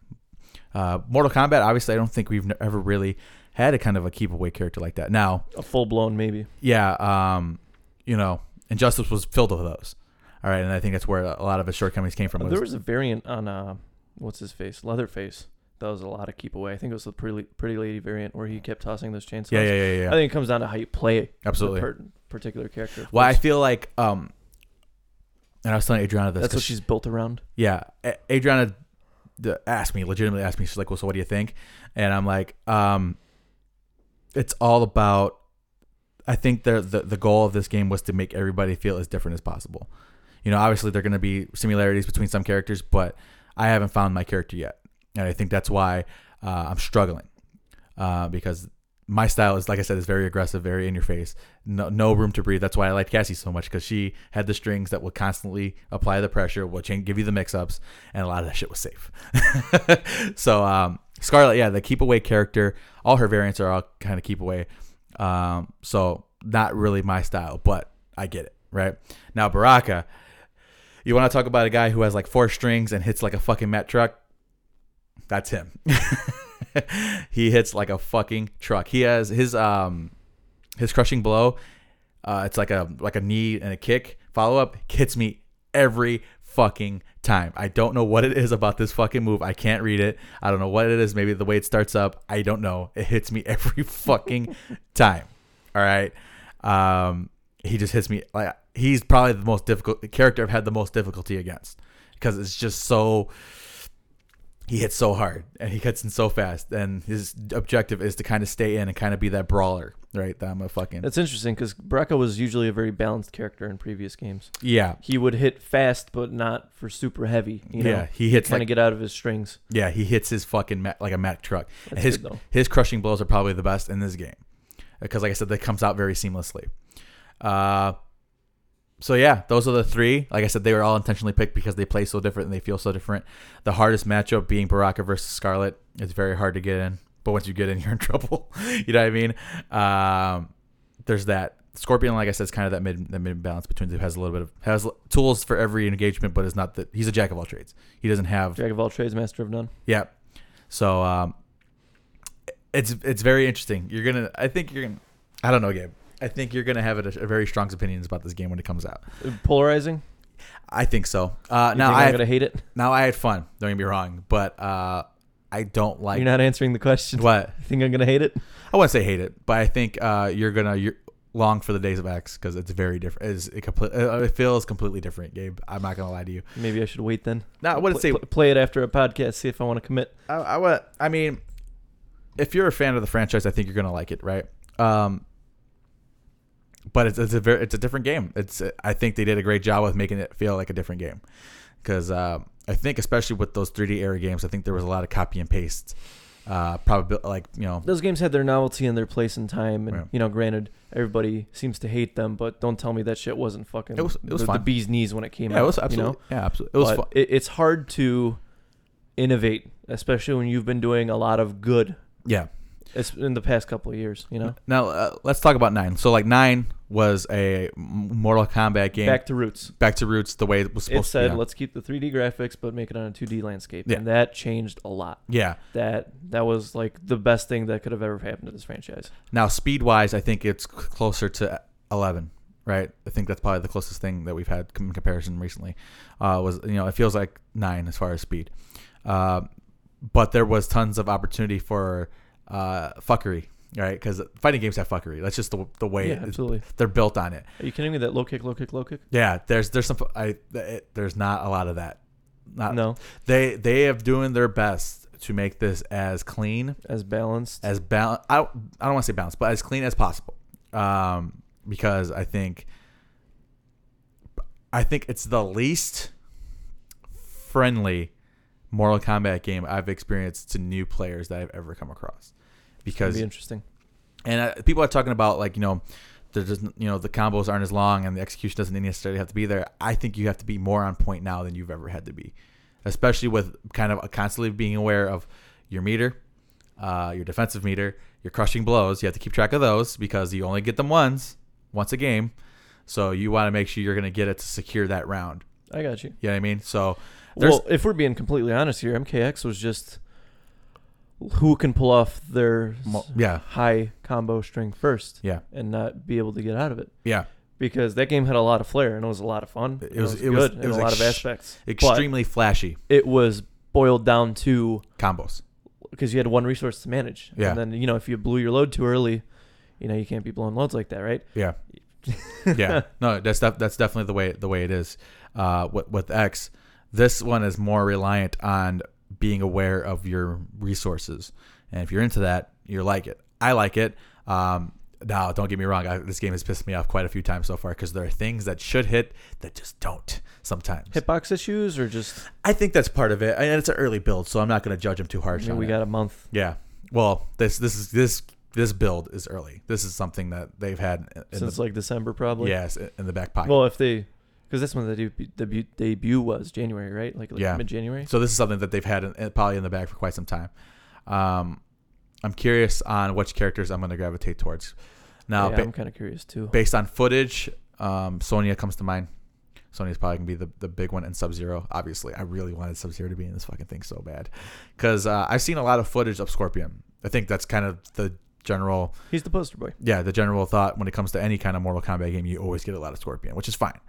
A: Uh, Mortal Kombat, obviously, I don't think we've n- ever really had a kind of a keep away character like that. Now,
B: A full blown maybe.
A: yeah, um, you know, Injustice was filled with those. All right, and I think that's where a lot of his shortcomings came from.
B: Uh, there
A: Was,
B: was a variant on uh what's his face? Leatherface. That was a lot of keep away. I think it was the pretty pretty lady variant where he kept tossing those chainsaws.
A: yeah, yeah, yeah, yeah.
B: I think it comes down to how you play
A: Absolutely.
B: the per- particular character. of
A: Well, I
B: course.
A: feel like, um, and I was telling Adriana this.
B: that's
A: 'cause
B: what she's built around.
A: yeah A- adriana d- asked me legitimately asked me she's like well so what do you think and i'm like um it's all about i think the the, the goal of this game was to make everybody feel as different as possible you know obviously there are going to be similarities between some characters but i haven't found my character yet and i think that's why uh, i'm struggling uh, because my style is like i said is very aggressive very in your face no, no room to breathe that's why i liked cassie so much because she had the strings that would constantly apply the pressure will change, give you the mix-ups and a lot of that shit was safe so um, scarlet yeah the keep away character all her variants are all kind of keep away um, so not really my style but i get it right now baraka you want to talk about a guy who has like four strings and hits like a fucking mat truck that's him he hits like a fucking truck. He has his um his crushing blow. Uh, it's like a like a knee and a kick follow up hits me every fucking time. I don't know what it is about this fucking move. I can't read it. I don't know what it is. Maybe the way it starts up. I don't know. It hits me every fucking time. All right. Um, he just hits me like he's probably the most difficult character I've had the most difficulty against because it's just so he hits so hard and he cuts in so fast and his objective is to kind of stay in and kind of be that brawler right that i'm a fucking
B: That's interesting because Baraka was usually a very balanced character in previous games.
A: yeah
B: He would hit fast, but not for super heavy. You know?
A: yeah he hits
B: kind
A: like
B: of get out of his strings.
A: yeah he hits his fucking ma- like a mac truck And
B: That's
A: his
B: good, though.
A: his crushing blows are probably the best in this game because like i said that comes out very seamlessly uh so yeah those are the three like i said they were all intentionally picked because they play so different and they feel so different the hardest matchup being baraka versus scarlet it's very hard to get in but once you get in you're in trouble you know what i mean um there's that scorpion like i said is kind of that mid that mid balance between the two has a little bit of has l- tools for every engagement but is not that he's a jack of all trades he doesn't have
B: Jack of all trades, master of none.
A: yeah. So um, it's it's very interesting. You're gonna. I think you're gonna. I don't know, Gabe. I think you're gonna have a, a very strong opinions about this game when it comes out.
B: Polarizing.
A: I think so. Uh,
B: You
A: now
B: think
A: I
B: I'm gonna hate it.
A: now I had fun. Don't get me wrong, but uh, I don't like
B: You're not answering the question.
A: what
B: You think I'm gonna hate it?
A: I wouldn't say hate it, but I think uh, you're gonna you're, long for the days of X because it's very different. Is it complete? uh, It feels completely different, Gabe. I'm not gonna lie to you.
B: Maybe I should wait then.
A: No, I wouldn't
B: Pl-
A: say.
B: pl- play it after a podcast. See if I want to commit.
A: I, I would. I mean, if you're a fan of the franchise, I think you're gonna like it, right? Um, but it's, it's a very it's a different game. It's I think they did a great job with making it feel like a different game because uh, I think especially with those 3D era games, I think there was a lot of copy and paste. Uh, probably like you know
B: Those games had their novelty and their place and time, and
A: Yeah.
B: you know, granted, everybody seems to hate them, but don't tell me that shit wasn't fucking.
A: It was- it was
B: the, the
A: fun.
B: bee's knees when it came
A: yeah,
B: out.
A: it was
B: You know?
A: absolutely yeah absolutely it was fun.
B: But it- it's hard to innovate, especially when you've been doing a lot of good
A: yeah
B: es- in the past couple of years. You know,
A: Now uh, let's talk about nine. So like nine was a M- Mortal Kombat game.
B: back
A: Back,
B: to roots.
A: to roots, the way it was
B: It
A: supposed
B: said,
A: to. be.
B: "Let's keep the 3D graphics, but make it on a 2D landscape,"
A: Yeah.
B: and that changed a lot.
A: Yeah.
B: That that was like the best thing that could have ever happened to this franchise.
A: Now speed wise, I think it's c- closer to eleven. Right. I think that's probably the closest thing that we've had in comparison recently. Uh, was you know it feels like nine as far as speed, uh, but there was tons of opportunity for uh, fuckery. Right, because fighting games have fuckery. That's just the the way
B: yeah,
A: it is-
B: absolutely.
A: they're built on it.
B: Are you kidding me? That low kick, low kick, low kick.
A: Yeah, there's there's some I it, there's not a lot of that. Not
B: no,
A: they they have doing their best to make this as clean
B: as balanced.
A: as balanced. I, I don't want to say balanced, but as clean as possible. Um, because I think I think it's the least friendly Mortal Kombat game I've experienced to new players that I've ever come across.
B: It'd
A: Because
B: be interesting.
A: and uh, people are talking about like you know, there's just you know the combos aren't as long and the execution doesn't necessarily have to be there. I think you have to be more on point now than you've ever had to be, especially with kind of constantly being aware of your meter, uh, your defensive meter, your crushing blows. You have to keep track of those because you only get them once, once a game. So you want to make sure you're going to get it to secure that round.
B: I got you.
A: You know what I mean? So there's
B: well, if we're being completely honest here, MKX was just who can pull off their s-
A: Mo- yeah.
B: high combo string first
A: yeah,
B: and not be able to get out of it
A: yeah,
B: because that game had a lot of flair and it was a lot of fun.
A: It
B: and
A: was- it
B: good
A: was-
B: in
A: it was
B: a lot of
A: ex-
B: aspects.
A: extremely flashy
B: But it was boiled down to
A: combos.
B: because you had one resource to manage.
A: Yeah.
B: And then you know if you blew your load too early, you know you can't be blowing loads like that, right?
A: Yeah. yeah. No, that's def- that's definitely the way the way it is. Uh, with, with X, this one is more reliant on being aware of your resources, and if you're into that, you like it. I like it. Um, now, don't get me wrong. I, this game has pissed me off quite a few times so far because there are things that should hit that just don't sometimes.
B: Hitbox issues or just
A: I think that's part of it, and it's an early build, so I'm not going to judge them too
B: I
A: harsh.
B: mean,
A: on
B: we
A: it.
B: got a month.
A: yeah. Well, this this is this this build is early. This is something that they've had in the-
B: Since like December, probably.
A: yes in the back pocket.
B: Well, if they, because that's when the debut, debut, debut was January, right? Like, like
A: Yeah.
B: mid January.
A: So this is something that they've had in, in- probably in the bag for quite some time. Um, I'm curious on which characters I'm going to gravitate towards. Now,
B: yeah,
A: ba-
B: I'm kind of curious too.
A: based on footage, um, Sonya comes to mind. Sonya's probably gonna be the, the big one, and Sub Zero. Obviously, I really wanted Sub Zero to be in this fucking thing so bad, because uh, I've seen a lot of footage of Scorpion. I think that's kind of the general,
B: He's the poster boy.
A: yeah, the general thought when it comes to any kind of Mortal Kombat game. You always get a lot of Scorpion, which is fine.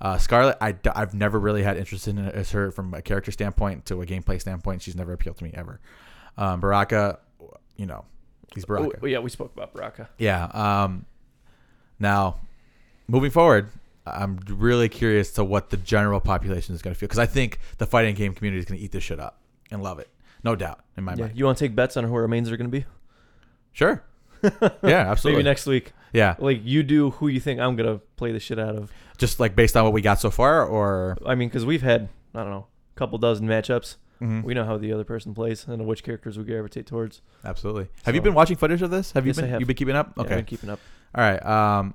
A: Uh, Scarlet, I, have never really had interest in as her from a character standpoint to a gameplay standpoint. She's never appealed to me ever. Um, Baraka, you know, he's Baraka.
B: Oh, yeah, we spoke about Baraka.
A: Yeah. Um, now, moving forward, I'm really curious to what the general population is going to feel because I think the fighting game community is going to eat this shit up and love it, no doubt in my
B: Yeah.
A: mind.
B: You want to take bets on who our mains are going to be?
A: Sure. yeah, absolutely.
B: Maybe next week.
A: yeah,
B: Like, you do who you think I'm going to play the shit out of.
A: just like based on what we got so far, or
B: I mean, because we've had, I don't know, a couple dozen matchups.
A: Mhm.
B: We know how the other person plays and which characters we gravitate towards.
A: absolutely. Have you
B: So-
A: been watching footage of this? Have you
B: Yes, I
A: been?
B: have.
A: You been keeping up?
B: Yeah, I've
A: Okay.
B: been keeping up.
A: All right. Um,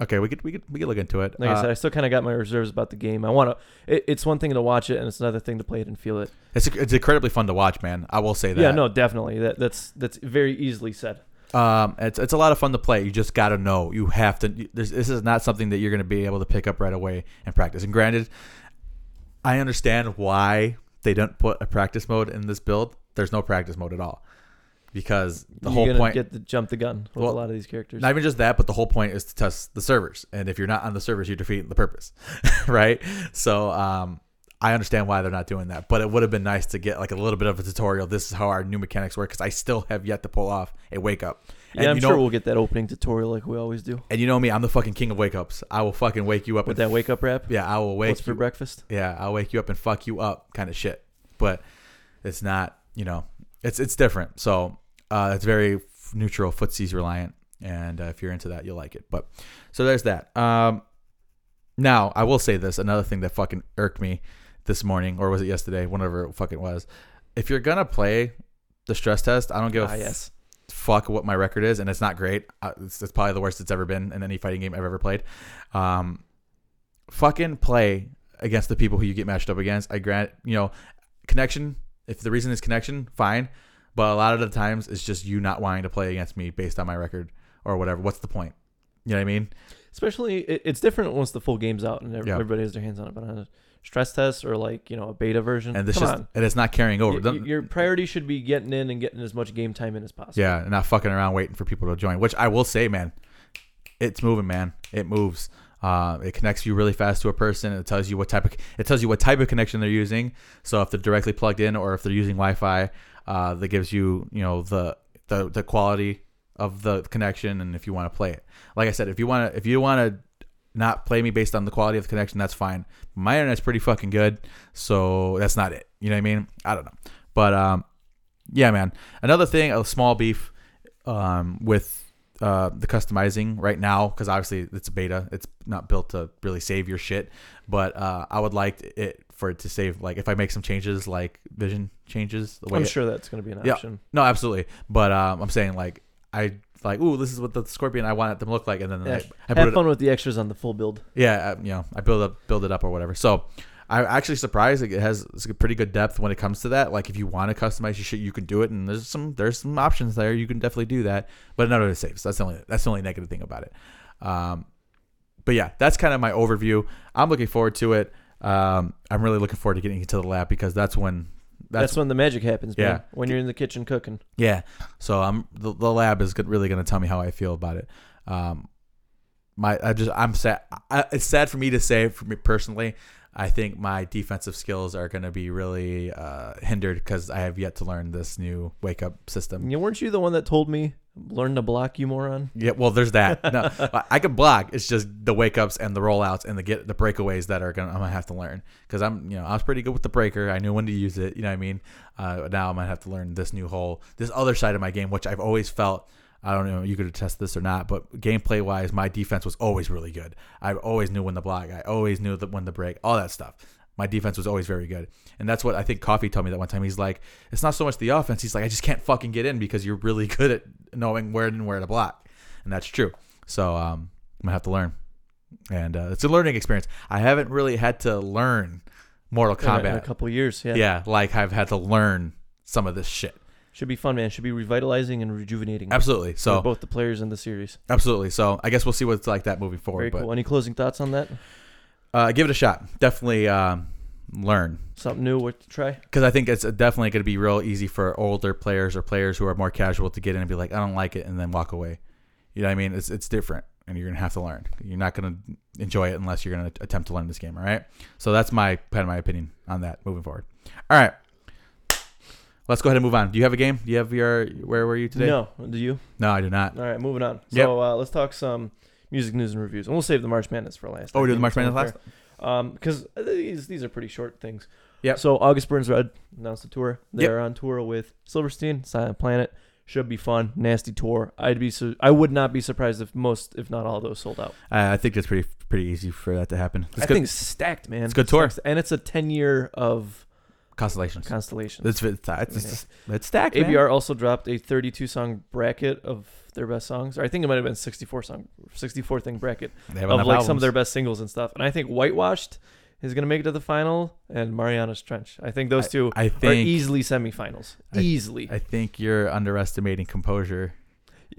A: okay. We could we could we could look into it.
B: Like I
A: Uh,
B: said, I still kind of got my reserves about the game. I want to. It, it's one thing to watch it, and it's another thing to play it and feel it.
A: it's it's incredibly fun to watch, man. I will say that.
B: Yeah, no, definitely. That that's that's very easily said.
A: Um, it's it's a lot of fun to play. You just got to know. You have to. you- This, this is not something that you're going to be able to pick up right away and practice. And granted, I understand why they don't put a practice mode in this build. There's no practice mode at all because the
B: You're
A: whole
B: gonna
A: point.
B: get the jump the gun with
A: Well,
B: a lot of these characters.
A: Not even just that, but the whole point is to test the servers. And if you're not on the servers, you defeat the purpose, right? So um, I understand why they're not doing that, but it would have been nice to get like a little bit of a tutorial. This is how our new mechanics work because I still have yet to pull off a wake up.
B: Yeah, I'm
A: you
B: sure
A: know,
B: we'll get that opening tutorial like we always do
A: and you know me, I'm the fucking king of wake ups. I will fucking wake you up
B: with
A: and
B: that wake up rap.
A: yeah, I will wake
B: What's for
A: you
B: breakfast?
A: yeah, I'll wake you up and fuck you up kind of shit. But it's not, you know, it's it's different. So uh, it's very f- neutral, footsies reliant, and uh, if you're into that, you'll like it. But so there's that. Um, now I will say this: another thing that fucking irked me this morning, or was it yesterday? Whenever it fucking was, if you're gonna play the stress test, I don't give a
B: Ah,
A: f-
B: yes.
A: fuck what my record is, and it's not great. Uh, it's, it's probably the worst it's ever been in any fighting game I've ever played. Um, fucking play against the people who you get matched up against. I grant, you know, connection. If the reason is connection, fine. But a lot of the times, it's just you not wanting to play against me based on my record or whatever. What's the point? You know what I mean?
B: Especially, it, it's different once the full game's out and every-
A: Yeah.
B: everybody has their hands on it. But on a stress test or like you know a beta version,
A: And this
B: Mm, come
A: just
B: on.
A: and it's not carrying over.
B: Y- y- your priority should be getting in and getting as much game time in as possible.
A: Yeah, and not fucking around waiting for people to join. Which I will say, man, it's moving, man. It moves. Uh, it connects you really fast to a person. It tells you what type of it tells you what type of connection they're using. So if they're directly plugged in or if they're using Wi-Fi, uh, that gives you you know the the the quality of the connection and if you want to play it. Like I said, if you want to if you want to not play me based on the quality of the connection, that's fine. My internet's pretty fucking good, so that's not it. You know what I mean? I don't know, but um, yeah, man. Another thing, a small beef um, with uh, the customizing right now because obviously it's a beta. It's not built to really save your shit, but uh, I would like it for it to save. Like if I make some changes, like vision changes, the way
B: I'm
A: it-
B: Oh, sure that's going to be an
A: Yeah.
B: option.
A: no, absolutely. But um, I'm saying like I like, ooh, this is what the scorpion I want it to look like, and then
B: Yeah.
A: I, I put
B: Have
A: it,
B: fun with the extras on the full build.
A: yeah, I, you know, I build up, build it up or whatever. So I'm actually surprised like, it has it's a pretty good depth when it comes to that. Like if you want to customize your shit, you can do it, and there's some there's some options there. You can definitely do that, but none of it saves. That's the only that's the only negative thing about it. Um, but yeah, that's kind of my overview. I'm looking forward to it. Um, I'm really looking forward to getting into the lab because that's when
B: That's, when the magic happens, man.
A: Yeah.
B: When you're in the kitchen cooking.
A: yeah. So I'm the, the lab is good, really going to tell me how I feel about it. Um, my I just I'm sad. I, it's sad for me to say for me personally. I think my defensive skills are going to be really uh, hindered because I have yet to learn this new wake up system.
B: Yeah, weren't you the one that told me learn to block, you moron?
A: Yeah, well, there's that. No, I- I can block. It's just the wake ups and the rollouts and the get the breakaways that are gonna I'm gonna have to learn because I'm you know I was pretty good with the breaker. I knew when to use it. You know what I mean. Uh, now I'm gonna have to learn this new whole this other side of my game, which I've always felt. I don't know. You could attest this or not, but gameplay wise, my defense was always really good. I always knew when to block. I always knew that when to break. All that stuff. My defense was always very good, and that's what I think. Coffee told me that one time. He's like, "It's not so much the offense. He's like, I just can't fucking get in because you're really good at knowing where and where to block." and that's true. So um, I'm gonna have to learn, and uh, it's a learning experience. I haven't really had to learn Mortal
B: In a
A: Kombat,
B: couple years, yeah.
A: yeah. like I've had to learn some of this shit.
B: Should be fun, man. Should be revitalizing and rejuvenating
A: Absolutely.
B: for
A: So
B: both the players and the series.
A: absolutely. So I guess we'll see what's like that moving
B: Very
A: forward.
B: cool. Any closing thoughts on that?
A: But uh, give it a shot. Definitely um, learn.
B: Something new worth to try?
A: because I think it's definitely going to be real easy for older players or players who are more casual to get in and be like, I don't like it, and then walk away. You know what I mean? It's it's different, and you're gonna have to learn. You're not gonna enjoy it unless you're gonna attempt to learn this game. All right. So that's my kind of my opinion on that moving forward. All right. Let's go ahead and move on. Do you have a game? Do you have your where were you today?
B: No. Do you?
A: No, I do not.
B: All right, moving on. So
A: Yep.
B: uh, let's talk some music news and reviews. And we'll save the March Madness for last.
A: Oh, we
B: I
A: did the
B: think
A: March
B: it's only
A: Madness last.
B: fair. Um, because these these are pretty short things.
A: Yep.
B: So August Burns Red announced a tour.
A: Yep.
B: They're on tour with Silverstein, Silent Planet. Should be fun, nasty tour. I'd be su- I would not be surprised if most, if not all, those sold out.
A: Uh, I think it's pretty pretty easy for that to happen. It's
B: I
A: good
B: think stacked, man.
A: it's a good tour.
B: Stacked. and it's a ten year of
A: constellations.
B: constellations.
A: It's it's, it's, it's, it's stacked. man.
B: ABR also dropped a 32 song bracket of their best songs, or I think it might have been 64 song, 64 thing bracket
A: They have
B: of
A: enough
B: like some of
A: albums.
B: their best singles and stuff. And I think Whitewashed is gonna make it to the final, and Mariana's Trench. I think those two
A: I
B: are
A: think
B: easily semifinals.
A: I-
B: easily,
A: I think you're underestimating composure.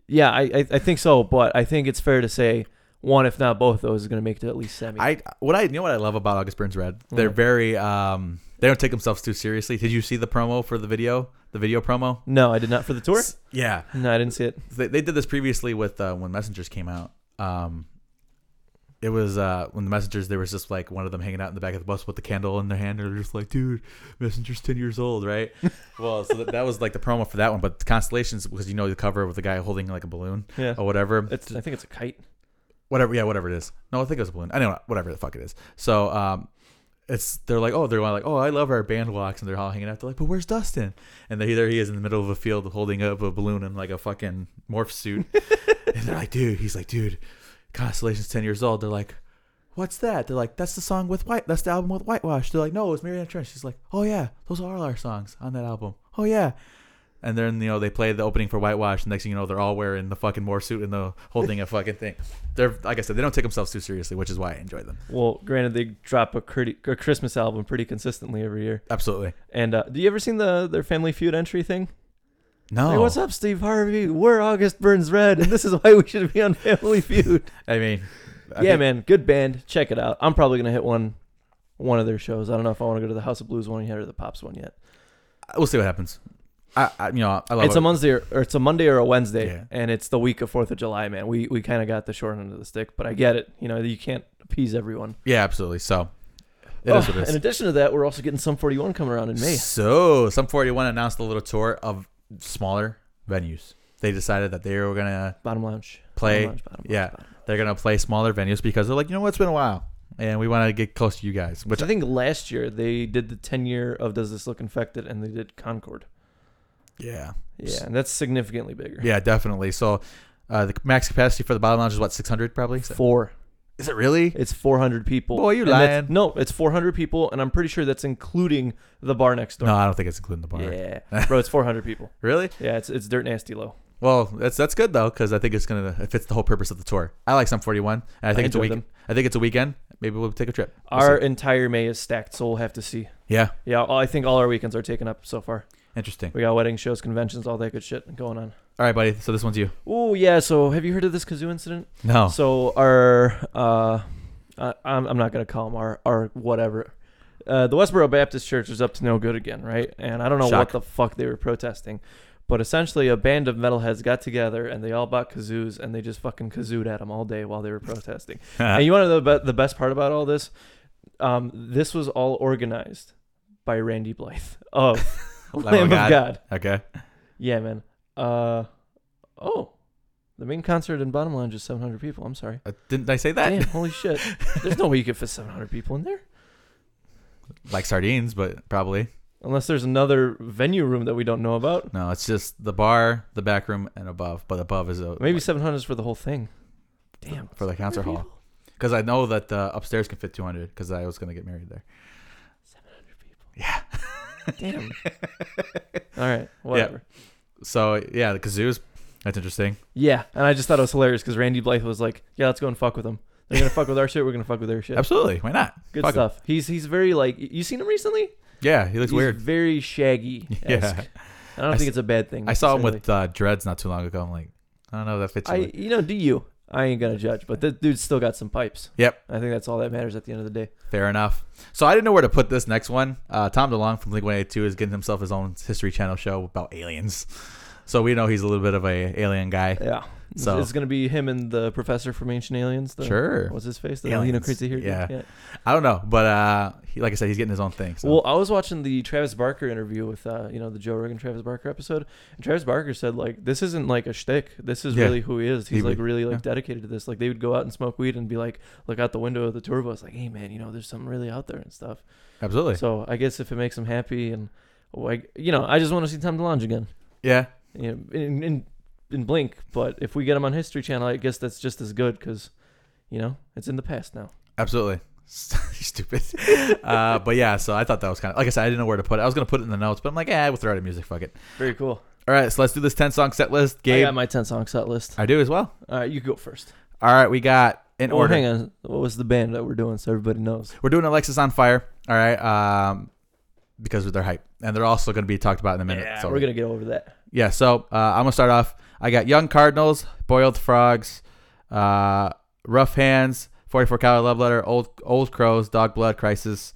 B: yeah, I, I I think so. But I think it's fair to say one, if not both, of those is gonna make it to at least semi.
A: I what I you know what I love about August Burns Red. They're
B: What?
A: very um they don't take themselves too seriously. Did you see the promo for the video? The video promo?
B: no, I did not for the tour.
A: S- Yeah.
B: No, I didn't see it.
A: They, they did this previously with uh, when Messengers came out. Um it was uh, when the messengers there was just like one of them hanging out in the back of the bus with the candle in their hand and they're just like dude messenger's 10 years old right well so that, that was like the promo for that one but constellations because you know the cover with the guy holding like a balloon
B: Yeah.
A: or whatever
B: It's, I think it's a kite.
A: whatever yeah whatever it is no i think it was a balloon i don't know whatever the fuck it is so um it's they're like oh they're like oh i love our band walks and they're all hanging out they're like but where's dustin and there, there he is in the middle of a field holding up a balloon in like a fucking morph suit and they're like dude he's like dude constellation's 10 years old they're like what's that they're like that's the song with white that's the album with whitewash they're like no it's marianne trench she's like oh yeah those are all our songs on that album oh yeah and then you know they play the opening for Whitewash. And next thing you know, they're all wearing the fucking morph suit and the holding a fucking thing. They're like I said, they don't take themselves too seriously, which is why I enjoy them.
B: Well, granted, they drop a, criti- a Christmas album pretty consistently every year.
A: Absolutely.
B: And uh, do you ever seen the their Family Feud entry thing?
A: No,
B: Hey, what's up, Steve Harvey? We're August Burns Red, and this is why we should be on Family Feud.
A: I mean, I
B: yeah,
A: think-
B: man, good band. Check it out. I'm probably gonna hit one, one of their shows. I don't know if I want to go to the House of Blues one yet or the Pops one yet.
A: We'll see what happens. I, I you know, I love
B: it's
A: it.
B: a Monday or, or it's a Monday or a Wednesday,
A: Yeah.
B: and it's the week of Fourth of July, man. We we kind of got the short end of the stick, but I get it. You know, you can't appease everyone.
A: yeah, absolutely. So it is what
B: Oh,
A: it
B: In
A: is.
B: addition to that, we're also getting some 41 coming around in May.
A: So some forty one announced a little tour of smaller venues. They decided that they were gonna
B: Bottom Lounge.
A: play.
B: Bottom Lounge, Bottom Lounge,
A: yeah,
B: Bottom Lounge.
A: they're gonna play smaller venues because they're like, you know what, it's been a while, and we want to get close to you guys. Which
B: Which I think last year they did the 10 year of Does This Look Infected, and they did Concord.
A: yeah,
B: Yeah, and that's significantly bigger.
A: Yeah, definitely. So uh, the max capacity for the bottom lounge is what six hundred probably. Is it-
B: Four.
A: Is it really?
B: It's 400 people.
A: Boy, you
B: And that's-
A: lying.
B: No, it's 400 people, and I'm pretty sure that's including the bar next door.
A: No, I don't think it's including the bar.
B: Yeah, bro, it's 400 people.
A: Really?
B: Yeah, it's it's dirt nasty low.
A: Well, that's that's good though because I think it's gonna it fits the whole purpose of the tour. I like some forty one, and I think it's a
B: enjoy
A: week.
B: them.
A: I think it's a weekend. Maybe we'll take a trip. We'll
B: Our
A: see.
B: entire May is stacked, so we'll have to see.
A: yeah,
B: Yeah, all, I think all our weekends are taken up so far.
A: interesting.
B: We got wedding shows, conventions, all that good shit going on.
A: All right, buddy. So this one's you.
B: Oh yeah, so have you heard of this kazoo incident?
A: No.
B: So our uh, uh, I'm I'm not gonna call him our our whatever. Uh, the Westboro Baptist Church was up to no good again, right? And I don't know
A: Shock.
B: what the fuck they were protesting, but essentially a band of metalheads got together and they all bought kazoos and they just fucking kazooed at them all day while they were protesting.
A: Uh.
B: and you want to know the, be- the best part about all this? Um, this was all organized by Randy Blythe of
A: Lamb of
B: Lamb
A: God.
B: of God.
A: okay.
B: Yeah, man. Uh, oh, the main concert in Bottom Lounge is 700 people. I'm sorry.
A: Uh, didn't I say that?
B: Damn, holy shit. There's no way you could fit 700 people in there.
A: Like sardines, but probably
B: Unless there's another venue room that we don't know about.
A: no. It's just the bar, the back room, and above. But above is a
B: Maybe 700 is for the whole thing. Damn.
A: for the concert
B: 700
A: hall
B: people?
A: because I know that the upstairs can fit two hundred because I was gonna get married there.
B: 700 people. Yeah. Damn. All right, whatever.
A: So yeah, the kazoos. That's interesting.
B: Yeah. and I just thought it was hilarious because Randy Blythe was like, yeah, let's go and fuck with them. They're going to fuck with our shit. We're going to fuck with their shit.
A: Absolutely. Why not?
B: Good
A: Fuck 'em.
B: stuff. He's he's very like, you seen him recently?
A: Yeah, he looks
B: He's
A: weird.
B: very shaggy.
A: Yeah.
B: I don't
A: I
B: think
A: s-
B: it's a bad thing.
A: I saw him
B: necessarily.
A: with uh, dreads not too long ago. I'm like, I don't know if that fits. you.
B: I you know, do you? I ain't gonna judge, but that dude's still got some pipes.
A: Yep.
B: I think that's all that matters at the end of the day.
A: Fair enough. So I didn't know where to put this next one. Uh, Tom DeLong from Blink 182 is getting himself his own History Channel show about aliens. So we know he's a little bit of a alien guy.
B: Yeah. So
A: So-
B: it's gonna be him and the professor from Ancient Aliens. The,
A: Sure.
B: What's his face? The
A: Aliens.
B: Lino Crazy here.
A: Yeah. I don't know, but uh, he, like I said, he's getting his own thing. So
B: Well, I was watching the Travis Barker interview with uh, you know, the Joe Rogan Travis Barker episode, and Travis Barker said like, this isn't like a shtick. This is
A: Yeah.
B: really who he is.
A: He
B: He's like
A: would-
B: really like
A: yeah.
B: dedicated to this. Like they would go out and smoke weed and be like, look out the window of the tour bus, like, hey man, you know, there's something really out there and stuff.
A: absolutely.
B: So I guess if it makes him happy and like you know, I just want to see Tom DeLonge again.
A: yeah.
B: You know, in, in in Blink, but if we get him on History Channel, I guess that's just as good because you know it's in the past now.
A: Absolutely. Stupid. uh, but yeah, so I thought that was kind of, like I said, I didn't know where to put it. I was going to put it in the notes, but I'm like, eh, we'll throw it in music. Fuck it.
B: Very cool.
A: All right, so let's do this 10 song set list.
B: I
A: Gabe,
B: got my ten song set list.
A: I do as well.
B: All right, you go first.
A: All right, we got in
B: Well,
A: order.
B: hang on. What was the band that we're doing so everybody knows?
A: We're doing Alexis on Fire. All right, um, because of their hype, and they're also going to be talked about in a minute. so
B: we're gonna get over that.
A: yeah. So uh, I'm gonna start off. I got Young Cardinals, Boiled Frogs, uh, Rough Hands, 44 Calorie Love Letter, Old Old Crows, Dog Blood Crisis,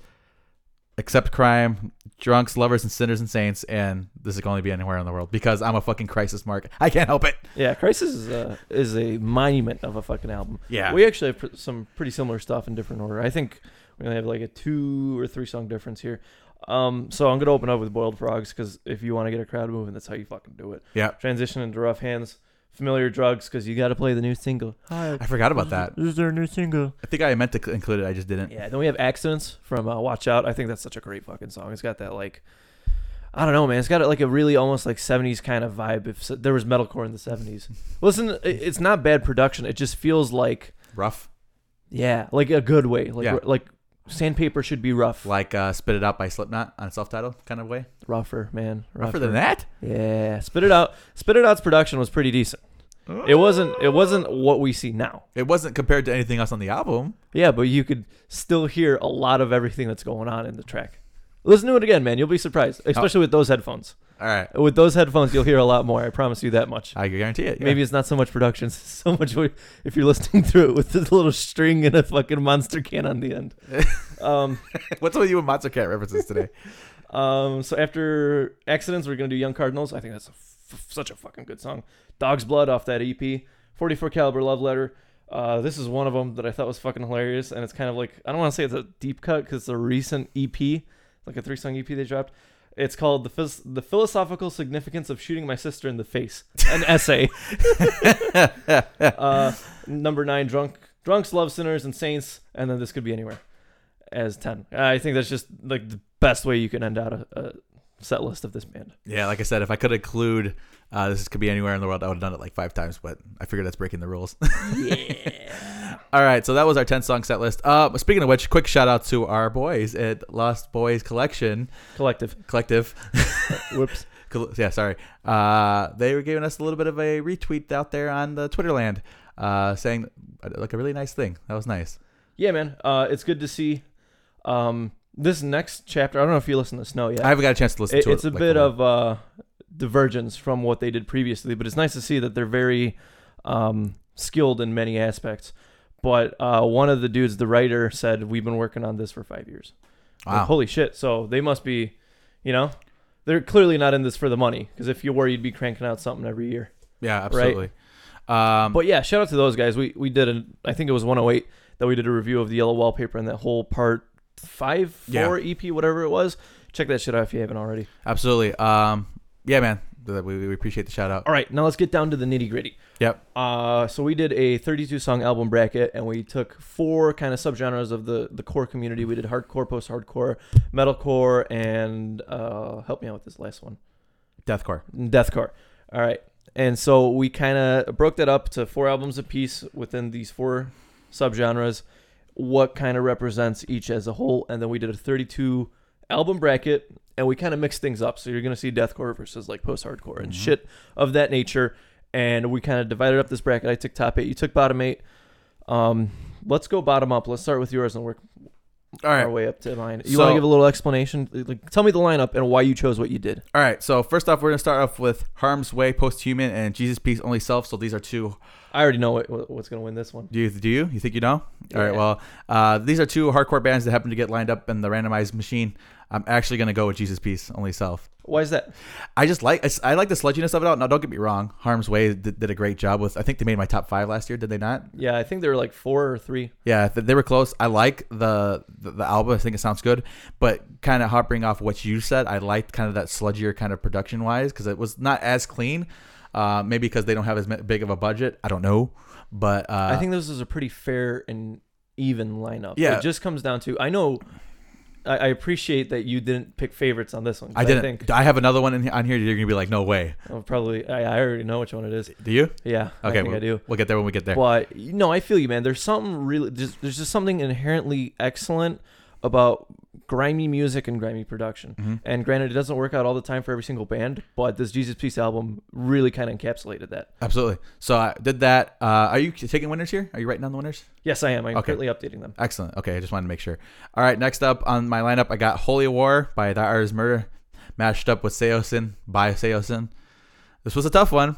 A: Accept Crime, drunks, lovers, and sinners and saints, and this can only be anywhere in the world because I'm a fucking crisis mark. I can't help it.
B: Yeah, Crisis is a is a monument of a fucking album.
A: Yeah.
B: we actually have pr- some pretty similar stuff in different order. I think we only have like a two or three song difference here. Um, so I'm gonna open up with Boiled Frogs because if you want to get a crowd moving, that's how you fucking do it.
A: Yeah.
B: Transition into Rough Hands, Familiar Drugs because you got to play the new single. Hi,
A: I forgot about that.
B: This is their new single.
A: I think I meant to cl- include it. I just didn't.
B: Yeah, then we have Accidents from uh, Watch Out. I think that's such a great fucking song. It's got that like, I don't know, man. It's got like a really almost like '70s kind of vibe. If s- there was metalcore in the '70s, listen, it- it's not bad production. It just feels like
A: Rough,
B: yeah, like a good way. Like
A: Yeah.
B: like sandpaper should be rough,
A: like uh, "Spit It Out" by Slipknot on self-titled kind of way.
B: rougher, man,
A: Rougher than that.
B: Yeah, spit it out. Spit it out's production was pretty decent. It wasn't. It wasn't what we see now.
A: It wasn't compared to anything else on the album.
B: Yeah, but you could still hear a lot of everything that's going on in the track. Listen to it again, man. You'll be surprised,
A: Oh.
B: especially with those headphones.
A: All right,
B: With those headphones, you'll hear a lot more. I promise you that much.
A: I guarantee it. yeah.
B: Maybe it's not so much production, so much what- if you're listening through it with this little string and a fucking monster can on the end. um,
A: What's with you and Monster Cat references today?
B: um, so after accidents, we're gonna do Young Cardinals. I think that's a f- such a fucking good song. Dog's Blood off that EP. 44 caliber love letter. Uh, this is one of them that I thought was fucking hilarious, and it's kind of like I don't want to say it's a deep cut because it's a recent EP, like a three song EP they dropped. It's called the Phys- the philosophical significance of shooting my sister in the face, an essay. uh, number nine, drunk drunks love sinners and saints, and then this could be anywhere as ten. I think that's just like the best way you can end out a, a set list of this band.
A: yeah, like I said, if I could include uh, this could be anywhere in the world, I would have done it like five times, but I figured that's breaking the rules.
B: Yeah.
A: All right, so that was our 10 song set list. Uh, speaking of which, quick shout out to our boys at Lost Boys Collection
B: Collective.
A: Collective.
B: Whoops.
A: Col- yeah, sorry. Uh, they were giving us a little bit of a retweet out there on the Twitter land, uh, saying uh, like a really nice thing. That was nice.
B: Yeah, man. Uh, it's good to see. Um, this next chapter, I don't know if you listen to Snow yet.
A: I haven't got a chance to listen
B: It-
A: to it.
B: it's a
A: like,
B: bit
A: full.
B: of uh, divergence from what they did previously, but it's nice to see that they're very um, skilled in many aspects. But uh, one of the dudes, the writer, said, "We've been working on this for five years." Like,
A: wow.
B: holy shit! So they must be, you know, they're clearly not in this for the money. Because if you were, you'd be cranking out something every year.
A: yeah, absolutely. Um,
B: But yeah, shout out to those guys. We we did an I think it was 108 that we did a review of the yellow wallpaper and that whole part five
A: Yeah.
B: four EP whatever it was. Check that shit out if you haven't already.
A: absolutely. Um, yeah, man. We, we appreciate the shout out.
B: All right, now let's get down to the nitty gritty.
A: Yep.
B: Uh, so we did a 32 song album bracket, and we took four kind of subgenres of the the core community. We did hardcore, post hardcore, metalcore, and uh, help me out with this last one.
A: Deathcore.
B: deathcore. All right, and so we kind of broke that up to four albums apiece within these four subgenres. What kind of represents each as a whole, and then we did a 32 album bracket, and we kind of mixed things up. So you're gonna see deathcore versus like post-hardcore
A: Mm-hmm.
B: and shit of that nature. And we kind of divided up this bracket. I took top eight, you took bottom eight. Um, let's go bottom up. Let's start with yours and work
A: All right.
B: our way up to mine. You
A: So-
B: want to give a little explanation? Like, tell me the lineup and why you chose what you did.
A: All right. So first off, we're gonna start off with Harm's Way, Post Human, and Jesus Peace Only Self. So these are two
B: I already know what, what's gonna win this one.
A: Do you? Do you? You think you know? All right.
B: Yeah.
A: Well, uh, these are two hardcore bands that happen to get lined up in the randomized machine. I'm actually gonna go with Jesus Peace, Only Self.
B: Why is that?
A: I just like I- I like the sludginess of it all. Now, don't get me wrong. Harm's Way did, did a great job with. I think they made my top five last year. Did they not?
B: Yeah, I think there were like four or three.
A: Yeah, th- they were close. I like the the, the album. I think it sounds good, but kind of harping off what you said, I liked kind of that sludgier kind of production wise because it was not as clean. Uh, maybe because they don't have as ma- big of a budget. I don't know, but uh,
B: I think this is a pretty fair and even lineup.
A: Yeah.
B: it just comes down to I know. I, I appreciate that you didn't pick favorites on this one. 'cause
A: I didn't. I,
B: think
A: have another one in, on here. You're gonna be like, no way.
B: I'll probably I, I already know which one it is.
A: Do you?
B: Yeah, I
A: Okay,
B: think
A: we'll,
B: I do.
A: we'll get there when we get there.
B: But no, I feel you, man. There's something really. There's, there's just something inherently excellent about grimy music and grimy production.
A: Mhm.
B: And granted, it doesn't work out all the time for every single band, but this Jesus Peace album really kind of encapsulated that.
A: Absolutely. So I did that. Uh, are you taking winners here? Are you writing down the winners?
B: Yes, I am. I'm
A: Okay.
B: currently updating them.
A: Excellent. Okay, I just wanted to make sure. All right, next up on my lineup, I got Holy War by Thy Art Is Murder, matched up with Seosin by Seosin. This was a tough one.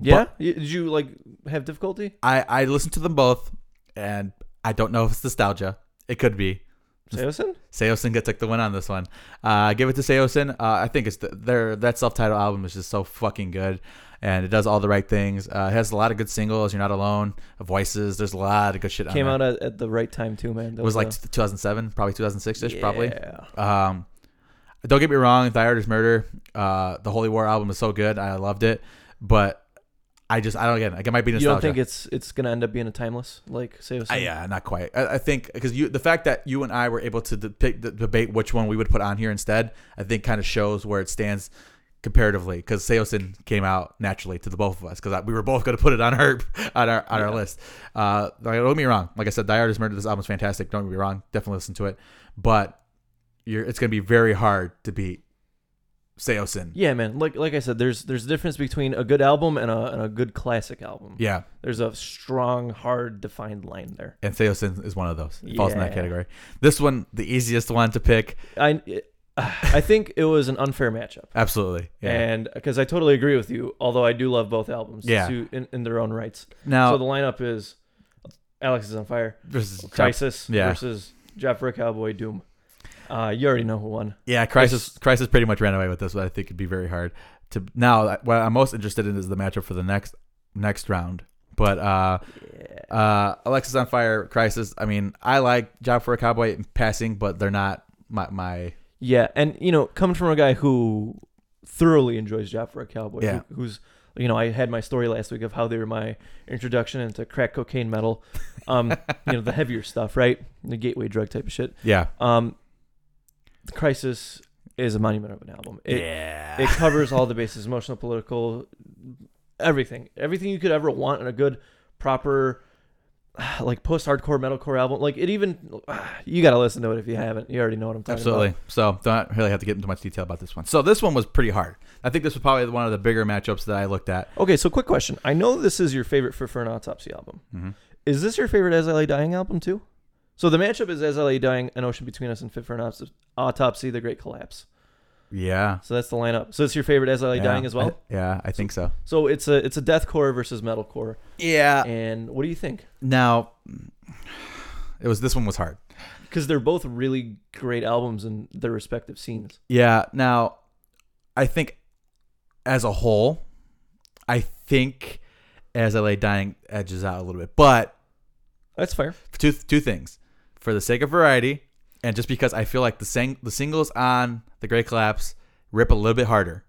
B: Yeah. Y- Did you like have difficulty?
A: I I listened to them both, and I don't know if it's nostalgia. It could be.
B: Seosin?
A: Seosin gets like the win on this one. Uh, give it to Seosin. Uh, I think it's the, their that self-titled album is just so fucking good, and it does all the right things. Uh, it has a lot of good singles. You're not alone. Voices. There's a lot of good shit.
B: Came
A: on
B: out at, at the right time too, man. That
A: It was like
B: a-
A: 2007, probably 2006 ish, probably.
B: Yeah.
A: Um, don't get me wrong, Thyroider's Murder, uh, the Holy War album is so good. I loved it, but I just I don't again. Like it might be
B: You
A: nostalgia.
B: don't think it's it's gonna end up being a timeless like Seosin?
A: Uh, yeah, not quite. I, I think because you the fact that you and I were able to depict, the, debate which one we would put on here instead, I think kind of shows where it stands comparatively. Because Seosin came out naturally to the both of us because we were both going to put it on our on our on our
B: Yeah.
A: list. Uh, like, don't get me wrong. Like I said, Die Artist Murder. This album's fantastic. Don't get me wrong. Definitely listen to it, but you're it's going to be very hard to beat Seosin.
B: Yeah, man. Like like I said, there's there's a difference between a good album and a and a good classic album.
A: Yeah,
B: There's a strong, hard, defined line there.
A: and Seosin is one of those. It falls in that
B: Yeah.
A: category. This one, the easiest one to pick.
B: I it- I think it was an unfair matchup.
A: Absolutely. Yeah.
B: And because I totally agree with you, although I do love both albums
A: Yeah.
B: to, in, in their own rights.
A: now
B: so the lineup is Alex is on fire,
A: versus Trap-
B: Crisis
A: yeah.
B: versus Jeff Rick Cowboy Doom. Uh, you already know who won.
A: Yeah, Crisis Crisis pretty much ran away with this, but I think it'd be very hard to now what I'm most interested in is the matchup for the next next round. But uh uh Alexis on Fire, Crisis, I mean, I like Job for a Cowboy in passing, but they're not my my
B: Yeah, and you know, coming from a guy who thoroughly enjoys Job for a Cowboy, who-
A: Yeah.
B: who's you know, I had my story last week of how they were my introduction into crack cocaine metal, um, you know, the heavier stuff, right? The gateway drug type of shit.
A: Yeah.
B: Um, the Crisis is a monument of an album. It,
A: yeah.
B: it covers all the bases, emotional, political, everything, everything you could ever want in a good, proper, like post-hardcore metalcore album. Like it even, you gotta listen to it if you haven't. You already know what I'm talking about.
A: Absolutely. So don't really have to get into much detail about this one. So this one was pretty hard. I think this was probably one of the bigger matchups that I looked at.
B: Okay, so quick question. I know this is your favorite for, for an autopsy album.
A: Mhm.
B: Is this your favorite As I Lay Dying album too? So the matchup is As I Lay Dying, An Ocean Between Us, and Fit for an Autops- Autopsy, The Great Collapse.
A: Yeah.
B: So that's the lineup. So it's your favorite As I Lay
A: yeah.
B: Dying as well.
A: I- yeah, I think so.
B: So it's a it's a deathcore versus metalcore.
A: Yeah.
B: And what do you think?
A: Now it was this one was hard.
B: Because they're both really great albums in their respective scenes.
A: Yeah. Now, I think as a whole, I think as LA Dying edges out a little bit, but
B: That's fair.
A: two two things for the sake of variety, and just because I feel like the sang- the singles on the Great Collapse rip a little bit harder,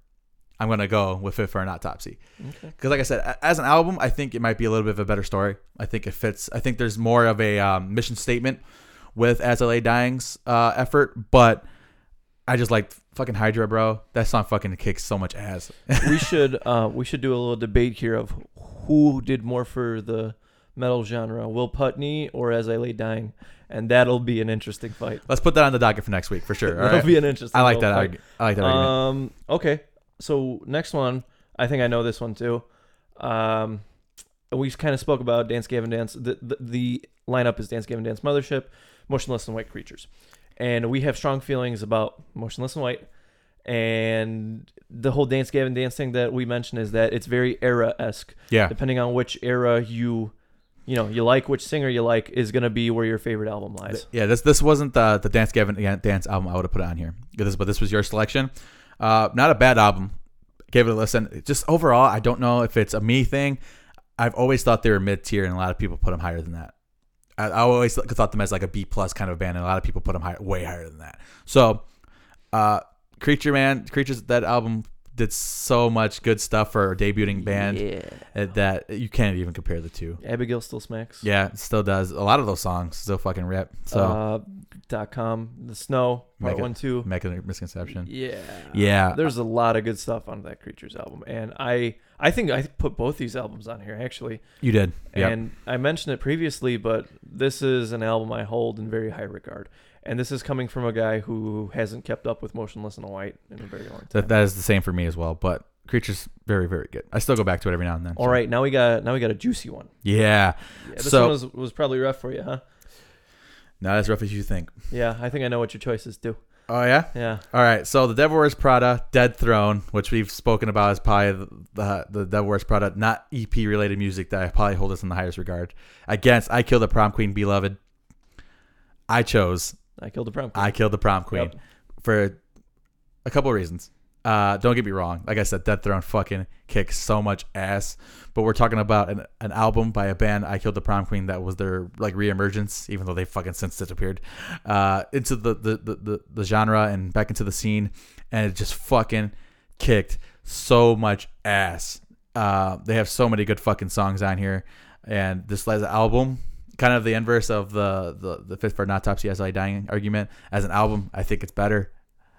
A: I'm gonna go with Fit for an Autopsy
B: Okay.
A: because like i said a- as an album i think it might be a little bit of a better story i think it fits i think there's more of a um, mission statement with as la dying's uh, effort but i just like fucking hydra bro that song fucking kicks so much ass
B: we should uh, we should do a little debate here of who did more for the metal genre, Will Putney or As I Lay Dying, and that'll be an interesting fight.
A: let's put that on the docket for next week for sure all
B: that'll
A: right?
B: be an interesting.
A: i like
B: little
A: that
B: fight.
A: argu- i like that argument
B: Um. Okay. So next one, I think I know this one too. Um, we kind of spoke about Dance Gavin Dance. The, the the lineup is Dance Gavin Dance Mothership, Motionless and White Creatures, and we have strong feelings about Motionless and White, and the whole Dance Gavin Dance thing that we mentioned is that it's very era esque,
A: yeah
B: depending on which era you. You know, you like which singer you like is gonna be where your favorite album lies.
A: yeah this this wasn't the the dance gavin Gan- dance album i would have put on here this but this was your selection uh not a bad album gave it a listen It just overall i don't know if it's a me thing i've always thought they were mid-tier and a lot of people put them higher than that i, I always th- thought them as like a b plus kind of band and a lot of people put them high, way higher than that so uh creature man creatures that album did so much good stuff for a debuting band
B: yeah.
A: uh, that you can't even compare the two
B: Abigail still smacks.
A: yeah it still does a lot of those songs still fucking rip so
B: uh, dot com the snow part
A: Mega-
B: one two
A: Mega misconception.
B: yeah
A: Yeah.
B: there's a lot of good stuff on that creatures album and i i think i put both these albums on here actually
A: You did. Yeah.
B: and i mentioned it previously but this is an album i hold in very high regard and this is coming from a guy who hasn't kept up with motionless and white in a very long time
A: That, that is the same for me as well. But Creature's very, very good. I still go back to it every now and then.
B: all right now we got now we got a juicy one
A: Yeah.
B: yeah, this
A: So-
B: one was, was probably rough for you huh
A: Not as rough as you think.
B: yeah i think i know what your choices do
A: Oh, yeah?
B: yeah
A: All right. So The Devil Wears Prada, Dead Throne, which we've spoken about as probably the, the, the Devil Wears Prada, not EP related music that I probably hold this in the highest regard. Against I Kill the Prom Queen Beloved. I chose
B: I killed the prom queen.
A: I killed the prom Ah, queen
B: Yep.
A: for a couple of reasons. Uh, don't get me wrong. Like I said, Death Throne fucking kicks so much ass. But we're talking about an, an album by a band, I Killed the Prom Queen, that was their like reemergence, even though they fucking since disappeared uh, into the the, the, the the genre and back into the scene, and it just fucking kicked so much ass. Uh, they have so many good fucking songs on here, and this last album, kind of the inverse of the the the Fifth Part Autopsy as I Dying argument. As an album, I think it's better.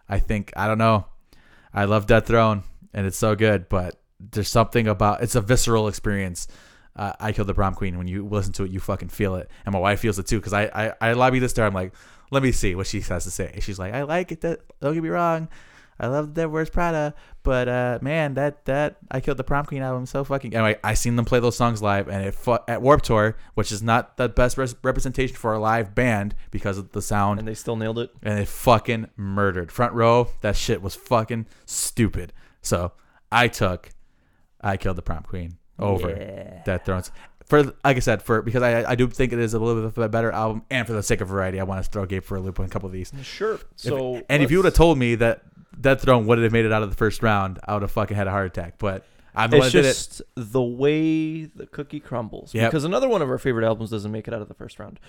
A: I think I don't know. I love Death Throne, and it's so good, but there's something about it's a visceral experience. Uh, I killed the prom queen. When you listen to it, you fucking feel it, and my wife feels it too. Because I, I I lobby this to her. I'm like, let me see what she has to say. And she's like, I like it. That, don't get me wrong. I love the Dead Wears Prada, but uh, man, that that I killed the Prom Queen album so fucking. Anyway, I seen them play those songs live, and it fu- at Warp Tour, which is not the best res- representation for a live band because of the sound
B: and they still nailed it.
A: and they fucking murdered front row. That shit was fucking stupid. So I took, I killed the prom queen over
B: Yeah.
A: Death Thrones. For like I said, for because I I do think it is a little bit of a better album, and for the sake of variety, I want to throw Gabe for a loop on a couple of these.
B: Sure. So
A: and if you would have
B: let's-
A: told me that Death Throne would have made it out of the first round, I would have fucking had a heart attack. But I'm the one
B: it's
A: that did it.
B: just the way the cookie crumbles.
A: Yep.
B: Because another one of our favorite albums doesn't make it out of the first round.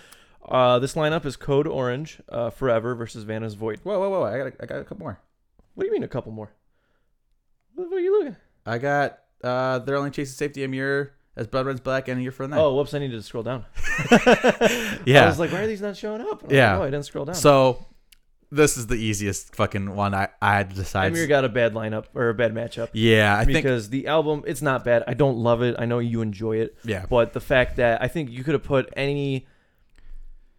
B: Uh, this lineup is Code Orange, uh, Forever versus Vanna's Void.
A: Whoa, whoa, whoa! I got a, I got a couple more.
B: What do you mean a couple more? What what are you looking?
A: I got uh, they're only chasing safety a mirror as blood runs black and a year for the night.
B: Oh, whoops! I needed to scroll down. I
A: yeah,
B: was like, why are these not showing up? And I was
A: Yeah.
B: Like, oh, I didn't scroll down.
A: So this is the easiest fucking one I, I had to decide.
B: Amir got a bad lineup or a bad matchup.
A: Yeah, I think
B: because the album, it's not bad. I don't love it. I know you enjoy it.
A: yeah.
B: But the fact that I think you could have put any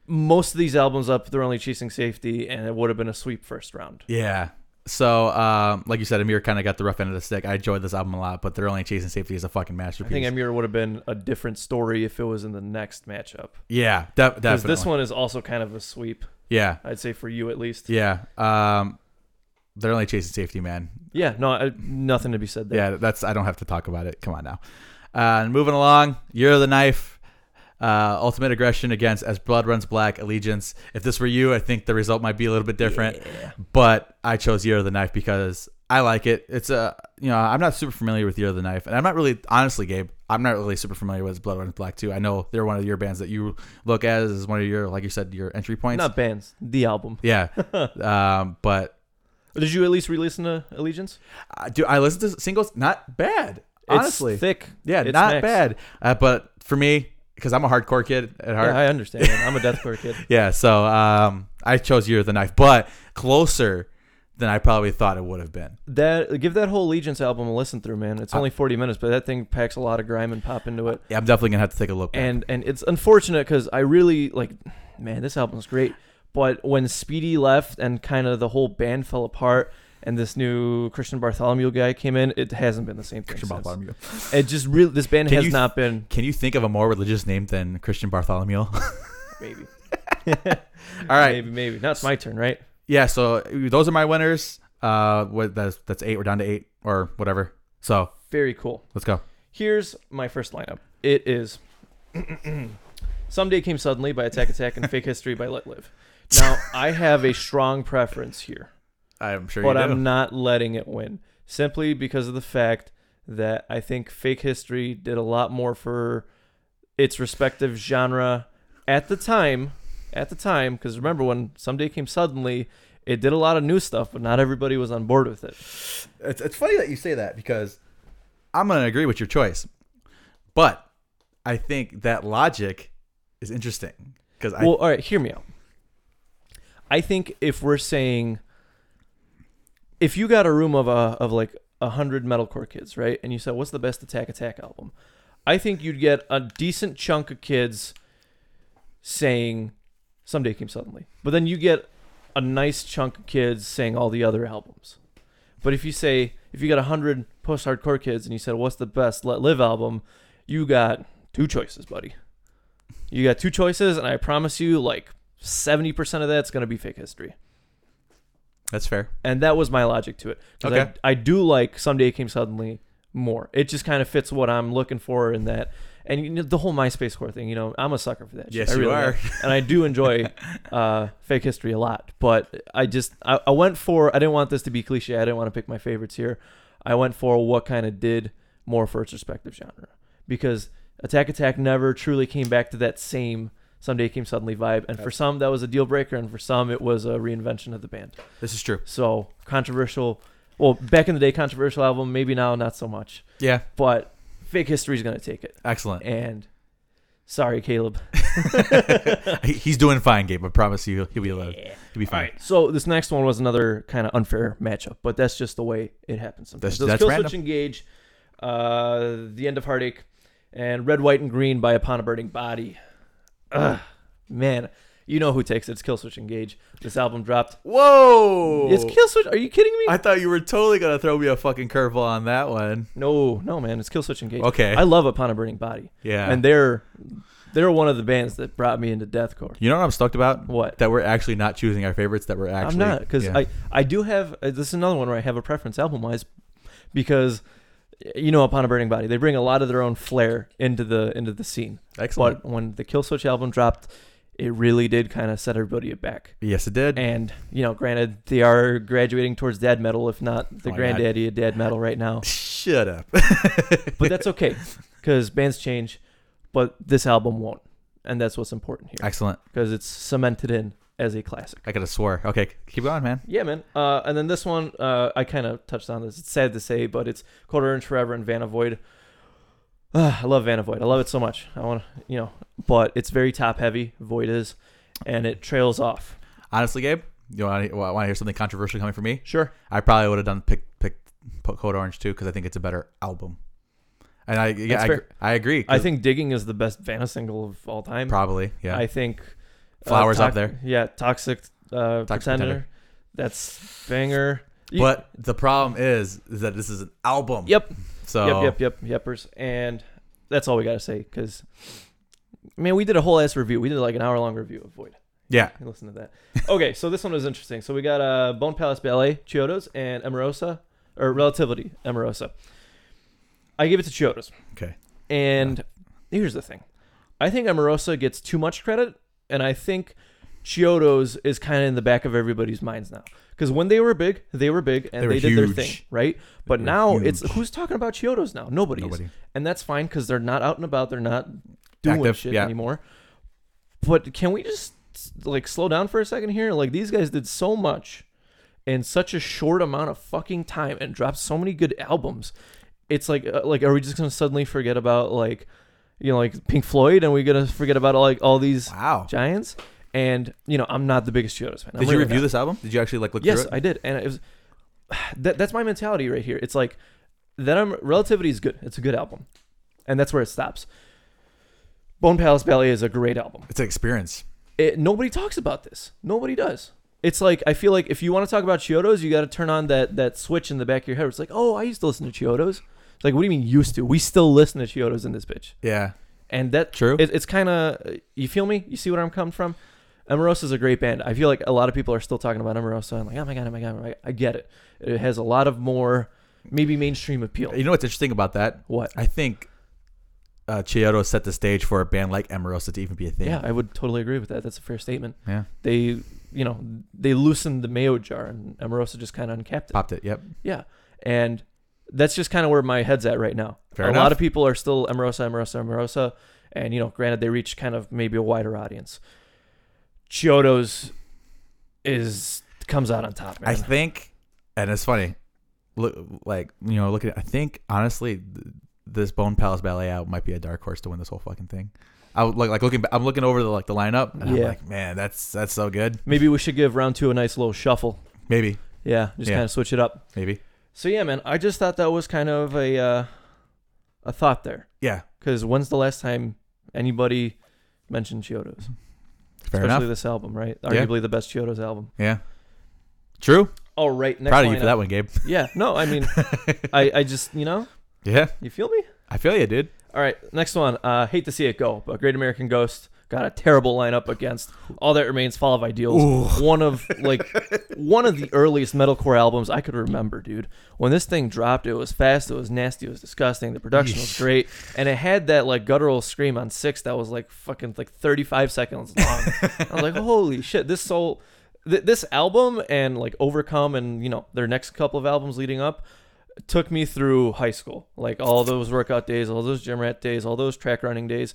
B: most of these albums up, they're only chasing safety, and it would have been a sweep first round.
A: Yeah. So um, like you said, Amir kinda got the rough end of the stick. I enjoyed this album a lot, but they're only chasing safety is a fucking
B: I
A: masterpiece.
B: think Amir would have been a different story if it was in the next matchup.
A: yeah, de-
B: Because
A: definitely.
B: this one is also kind of a sweep,
A: Yeah.
B: I'd say for you at least.
A: Yeah. Um they're only chasing safety, man.
B: Yeah, no, I, nothing to be said there.
A: Yeah, that's I don't have to talk about it. Come on now. Uh, and moving along, Year of the Knife, uh, Ultimate Aggression against As Blood Runs Black, Allegiance. If this were you, I think the result might be a little bit different. But I chose Year of the Knife because I like it. It's a you know I'm not super familiar with Year of the Knife, and I'm not really honestly, Gabe. I'm not really super familiar with As Blood Runs Black too. I know they're one of your bands that you look at as one of your like you said your entry points.
B: Not bands, the album.
A: Yeah, um, but
B: Did you at least re-listen to Allegiance?
A: I do I listen to singles? Not bad,
B: It's
A: honestly.
B: thick.
A: Yeah,
B: It's
A: not
B: mixed.
A: bad. Uh, but for me, because I'm a hardcore kid at heart.
B: Yeah,
A: Yeah,
B: I understand. man. I'm a deathcore kid.
A: so um, I chose Year of the Knife, but closer than I probably thought it would have been.
B: That give that whole Allegiance album a listen through, man. It's only 40 minutes, but that thing packs a lot of grime and pop into it.
A: Yeah, I'm definitely gonna have to take a look. back.
B: And and it's unfortunate because I really like, man, this album's great. But when Speedy left and kind of the whole band fell apart, and this new Christian Bartholomew guy came in, it hasn't been the same thing.
A: Christian
B: since.
A: Bartholomew.
B: It just really this band
A: Can
B: has
A: you-
B: not been
A: Can you think of a more religious name than Christian Bartholomew? All
B: maybe
A: right.
B: maybe maybe. Now it's my turn, right?
A: Yeah. So those are my winners. Uh, what that's that's eight. We're down to eight or whatever. So
B: Very cool.
A: let's go.
B: Here's my first lineup. It is Someday Came Suddenly by Attack Attack and Fake History by Let Live. Now, I have a strong preference here,
A: I'm sure
B: but
A: you do.
B: I'm not letting it win simply because of the fact that I think Fake History did a lot more for its respective genre at the time. At the time, because remember when Someday Came Suddenly, it did a lot of new stuff, but not everybody was on board with it.
A: It's, it's funny that you say that because I'm going to agree with your choice, but I think that logic is interesting because I
B: well, all right, hear me out. I think if we're saying, if you got a room of a of like a hundred metalcore kids, right, and you said, "What's the best Attack Attack album?" I think you'd get a decent chunk of kids saying, "Someday Came Suddenly," but then you get a nice chunk of kids saying all the other albums. But if you say, if you got a hundred post-hardcore kids and you said, "What's the best Let Live album?" You got two choices, buddy. You got two choices, and I promise you, like seventy percent of that's gonna be fake history.
A: that's fair.
B: And that was my logic to it. 'Cause
A: Okay.
B: I, I do like someday it came suddenly more. It just kind of fits what I'm looking for in that and you know, the whole MySpace core thing. You know, I'm a sucker for that. shit.
A: Yes,
B: I
A: you
B: really
A: are.
B: and I do enjoy uh, fake history a lot. But I just I, I went for I didn't want this to be cliche. I didn't want to pick my favorites here. I went for what kind of did more for its respective genre because Attack Attack never truly came back to that same someday came suddenly vibe. And for some that was a deal breaker, and for some it was a reinvention of the band.
A: This is true.
B: So controversial. Well, back in the day, controversial album. Maybe now, not so much.
A: Yeah,
B: But fake history's gonna take it.
A: excellent.
B: And sorry, Caleb.
A: He- He's doing fine, Gabe. I promise you, he'll be alive. He'll be fine.
B: So this next one was another kind of unfair matchup, but that's just the way it happens
A: That's-
B: sometimes. so
A: that's
B: Kill
A: random.
B: Switch Engage, uh, The End of Heartache, and Red, White, and Green by Upon a Burning Body. Ugh, man, you know who takes it. It's Kill Switch Engage. This album dropped.
A: Whoa!
B: It's Kill Switch. Are you kidding me?
A: Oh. I thought you were totally gonna throw me a fucking curveball on that one.
B: no, no, man. It's Kill Switch Engage.
A: Okay.
B: I love Upon a Burning Body.
A: Yeah.
B: And they're they're one of the bands that brought me into deathcore.
A: You know what I'm stoked about?
B: What?
A: That we're actually not choosing our favorites. That we're actually.
B: I'm not because
A: Yeah.
B: I I do have uh, this is another one where I have a preference album wise because you know upon a burning body they bring a lot of their own flair into the into the scene.
A: excellent.
B: But when the Kill Switch album dropped, it really did kind of set everybody back.
A: yes, it did.
B: And you know, granted, they are graduating towards dad metal, if not the
A: Oh my God.
B: granddaddy of dad metal right now.
A: Shut up.
B: But that's okay because bands change, but this album won't, and that's what's important here
A: excellent.
B: because it's cemented in as a classic.
A: I could have swore. Okay, keep going, man.
B: Yeah, man. Uh, and then this one, uh, I kind of touched on this. It's sad to say, but it's Quarter Inch Forever and Vanavoid. Uh, I love Vanavoid. I love it so much. I want to, you know, but it's very top heavy. Void is, and it trails off.
A: Honestly, Gabe, you want to hear something controversial coming from me?
B: Sure.
A: I probably would have done pick pick Code Orange too because I think it's a better album. And I yeah,
B: That's
A: I,
B: fair.
A: I agree. 'cause
B: I think Digging is the best Vana single of all time.
A: probably yeah.
B: I think uh,
A: Flowers up
B: Tox-
A: there.
B: Yeah, Toxic, uh,
A: Toxic
B: Pretender.
A: Pretender.
B: That's banger. You-
A: but the problem is, is that this is an album.
B: Yep.
A: So
B: Yep, yep, yep, yeppers. And that's all we got to say because, man, we did a whole ass review. We did like an hour long review of Void.
A: yeah.
B: You Listen to that. Okay, so this one was interesting. So we got uh, Bone Palace Ballet, Chiodos, and Emerosa, or Relativity, Emerosa. I give it to Chiodos.
A: Okay.
B: And here's the thing I think Emerosa gets too much credit, and I think Chiodos is kind of in the back of everybody's minds now. Because when they were big, they were big and
A: They
B: they,
A: were
B: did their
A: huge.
B: thing, right? But
A: were
B: now it's
A: huge.
B: who's talking about Chiodos now? Nobody. is.
A: Nobody.
B: And that's fine because they're not out and about. They're not doing
A: Active,
B: shit
A: yeah.
B: anymore. But can we just like slow down for a second here? Like these guys did so much in such a short amount of fucking time and dropped so many good albums. It's like uh, like are we just gonna suddenly forget about like you know like Pink Floyd and we gonna forget about like all these
A: Wow.
B: giants? And you know I'm not the biggest Chiodos fan. I'm
A: Did you
B: really
A: review
B: not.
A: this album? Did you actually like look
B: Yes,
A: through it?
B: I did, and it was that, that's my mentality right here. It's like that. I'm relativity is good. It's a good album, and that's where it stops. Bone Palace Ballet is a great album.
A: It's an experience.
B: It, nobody talks about this. Nobody does. It's like I feel like if you want to talk about Chiodos, you got to turn on that that switch in the back of your head. It's like, oh, I used to listen to Chiodos. It's like, what do you mean used to? We still listen to Chiodos in this bitch,
A: Yeah.
B: and that
A: True.
B: it, it's kind of you feel me. You see where I'm coming from. Amorosa is a great band. I feel like a lot of people are still talking about Amorosa. I'm like, oh my god, oh my god, oh my god. I get it. It has a lot of more maybe mainstream appeal.
A: you know what's interesting about that?
B: What?
A: I think uh, Chiodo set the stage for a band like Emerosa to even be a thing.
B: Yeah, I would totally agree with that. That's a fair statement.
A: Yeah.
B: They, you know, they loosened the mayo jar, and Amorosa just kind of uncapped it.
A: Popped it. Yep.
B: Yeah, and that's just kind of where my head's at right now.
A: Fair
B: a
A: enough.
B: lot of people are still Emerosa, Emerosa, Emerosa, and you know, granted, they reach kind of maybe a wider audience. Chiodos is comes out on top, man.
A: I think, and it's funny, look like you know, look at. I think honestly, th- this Bone Palace Ballet out might be a dark horse to win this whole fucking thing. I would like like looking. ba- I'm looking over the like the lineup, and I'm
B: Yeah.
A: like, man, that's that's so good.
B: maybe we should give round two a nice little shuffle.
A: Maybe,
B: Yeah, just
A: Yeah.
B: kind of switch it up.
A: maybe,
B: So yeah, man, I just thought that was kind of a uh, a thought there
A: yeah.
B: because when's the last time anybody mentioned Chiodos,
A: Fair
B: especially
A: enough.
B: this album, right?
A: Yeah.
B: Arguably the best Chiodos album.
A: Yeah, true.
B: All right, next
A: Proud of you for
B: lineup.
A: that one, Gabe.
B: Yeah, no, I mean, I, I just, you know,
A: Yeah,
B: you feel me?
A: I feel you, dude.
B: All right, next one. Uh, hate to see it go, but Great American Ghost, got a terrible lineup against All That Remains, Fall of Ideals.
A: Ooh.
B: One of like one of the earliest metalcore albums I could remember, dude. When this thing dropped, it was fast, it was nasty, it was disgusting. The production was great, and it had that like guttural scream on six that was like fucking like 35 seconds long. I was like, holy shit, this soul. Th- this album and like overcome and you know their next couple of albums leading up took me through high school. Like all those workout days, all those gym rat days, all those track running days.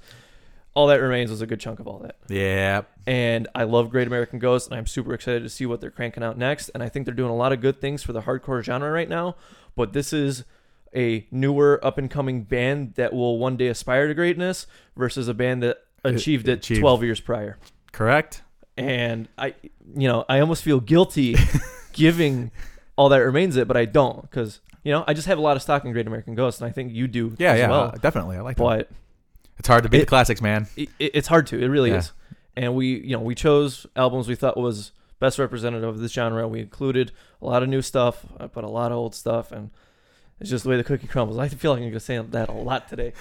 B: All that remains was a good chunk of all that.
A: Yeah.
B: And I love Great American Ghost, and I'm super excited to see what they're cranking out next. And I think they're doing a lot of good things for the hardcore genre right now. But this is a newer, up and coming band that will one day aspire to greatness versus a band that achieved it
A: achieved.
B: 12 years prior
A: Correct.
B: and I, you know, I almost feel guilty giving all that remains it, but I don't because you know I just have a lot of stock in Great American Ghost, and I think you do
A: Yeah.
B: as
A: Yeah.
B: well.
A: Definitely. I like that.
B: But
A: It's hard to beat the
B: It-
A: classics, man.
B: it, it- it's hard to. It really
A: Yeah.
B: is. And we, you know, we chose albums we thought was best representative of this genre. We included a lot of new stuff, uh, but a lot of old stuff, and it's just the way the cookie crumbles. I feel like I'm gonna say that a lot today.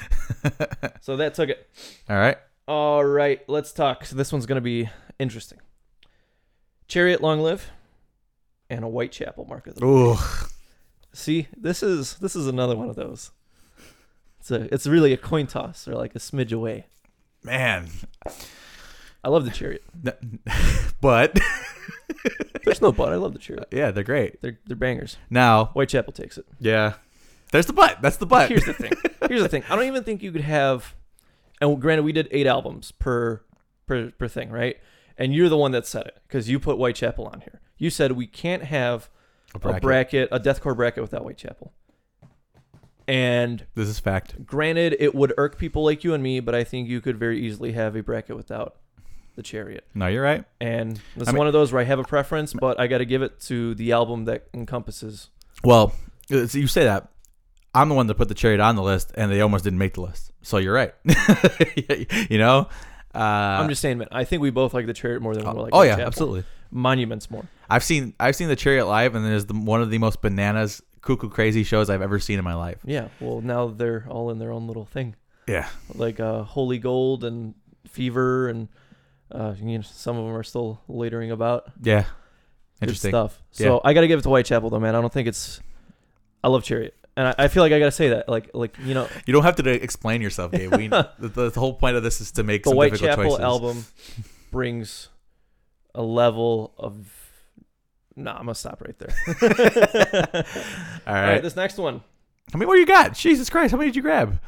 B: so that took it.
A: All right.
B: All right, let's talk. So this one's going to be interesting. Chariot Long Live and a Whitechapel Mark of the
A: Ooh.
B: See, this is this is another one of those. It's a it's really a coin toss or like a smidge away.
A: Man.
B: I love the Chariot.
A: But
B: There's no but. I love the Chariot.
A: yeah, they're great.
B: They're they're bangers.
A: Now,
B: Whitechapel takes it.
A: yeah. There's the butt. That's the butt.
B: Here's the thing. Here's the thing. I don't even think you could have. And granted, we did eight albums per per per thing, right? And you're the one that said it because you put Whitechapel on here. You said we can't have
A: A
B: a bracket, a deathcore bracket without Whitechapel. And
A: This is fact.
B: granted, it would irk people like you and me, but I think you could very easily have a bracket without the Chariot.
A: No, you're right.
B: And this
A: I
B: is
A: mean-
B: one of those where I have a preference, but I got to give it to the album that encompasses.
A: Well, it's- you say that. I'm the one that put the chariot on the list, and they almost didn't make the list. So you're right. you know. Uh,
B: I'm just saying, man, I think we both like the Chariot more than we
A: oh,
B: like.
A: oh yeah,
B: Whitechapel.
A: absolutely.
B: Monuments more.
A: I've seen I've seen the chariot live, and it is the, one of the most bananas, cuckoo, crazy shows I've ever seen in my life.
B: Yeah. Well, now they're all in their own little thing,
A: Yeah.
B: like uh, Holy Gold and Fever, and uh, you know, some of them are still loitering about.
A: Yeah.
B: good
A: Interesting.
B: stuff. So I got to give it to Whitechapel though, man. I don't think it's. I love Chariot, and I, I feel like I got to say that, like, like you know,
A: You don't have to explain yourself, Gabe. We, the, the whole point of this is to make
B: the
A: some difficult
B: Whitechapel
A: choices.
B: album brings a level of. Nah, I'm gonna stop right there.
A: All
B: All
A: right.
B: right, this next one.
A: How many more you got? Jesus Christ! How many did you grab?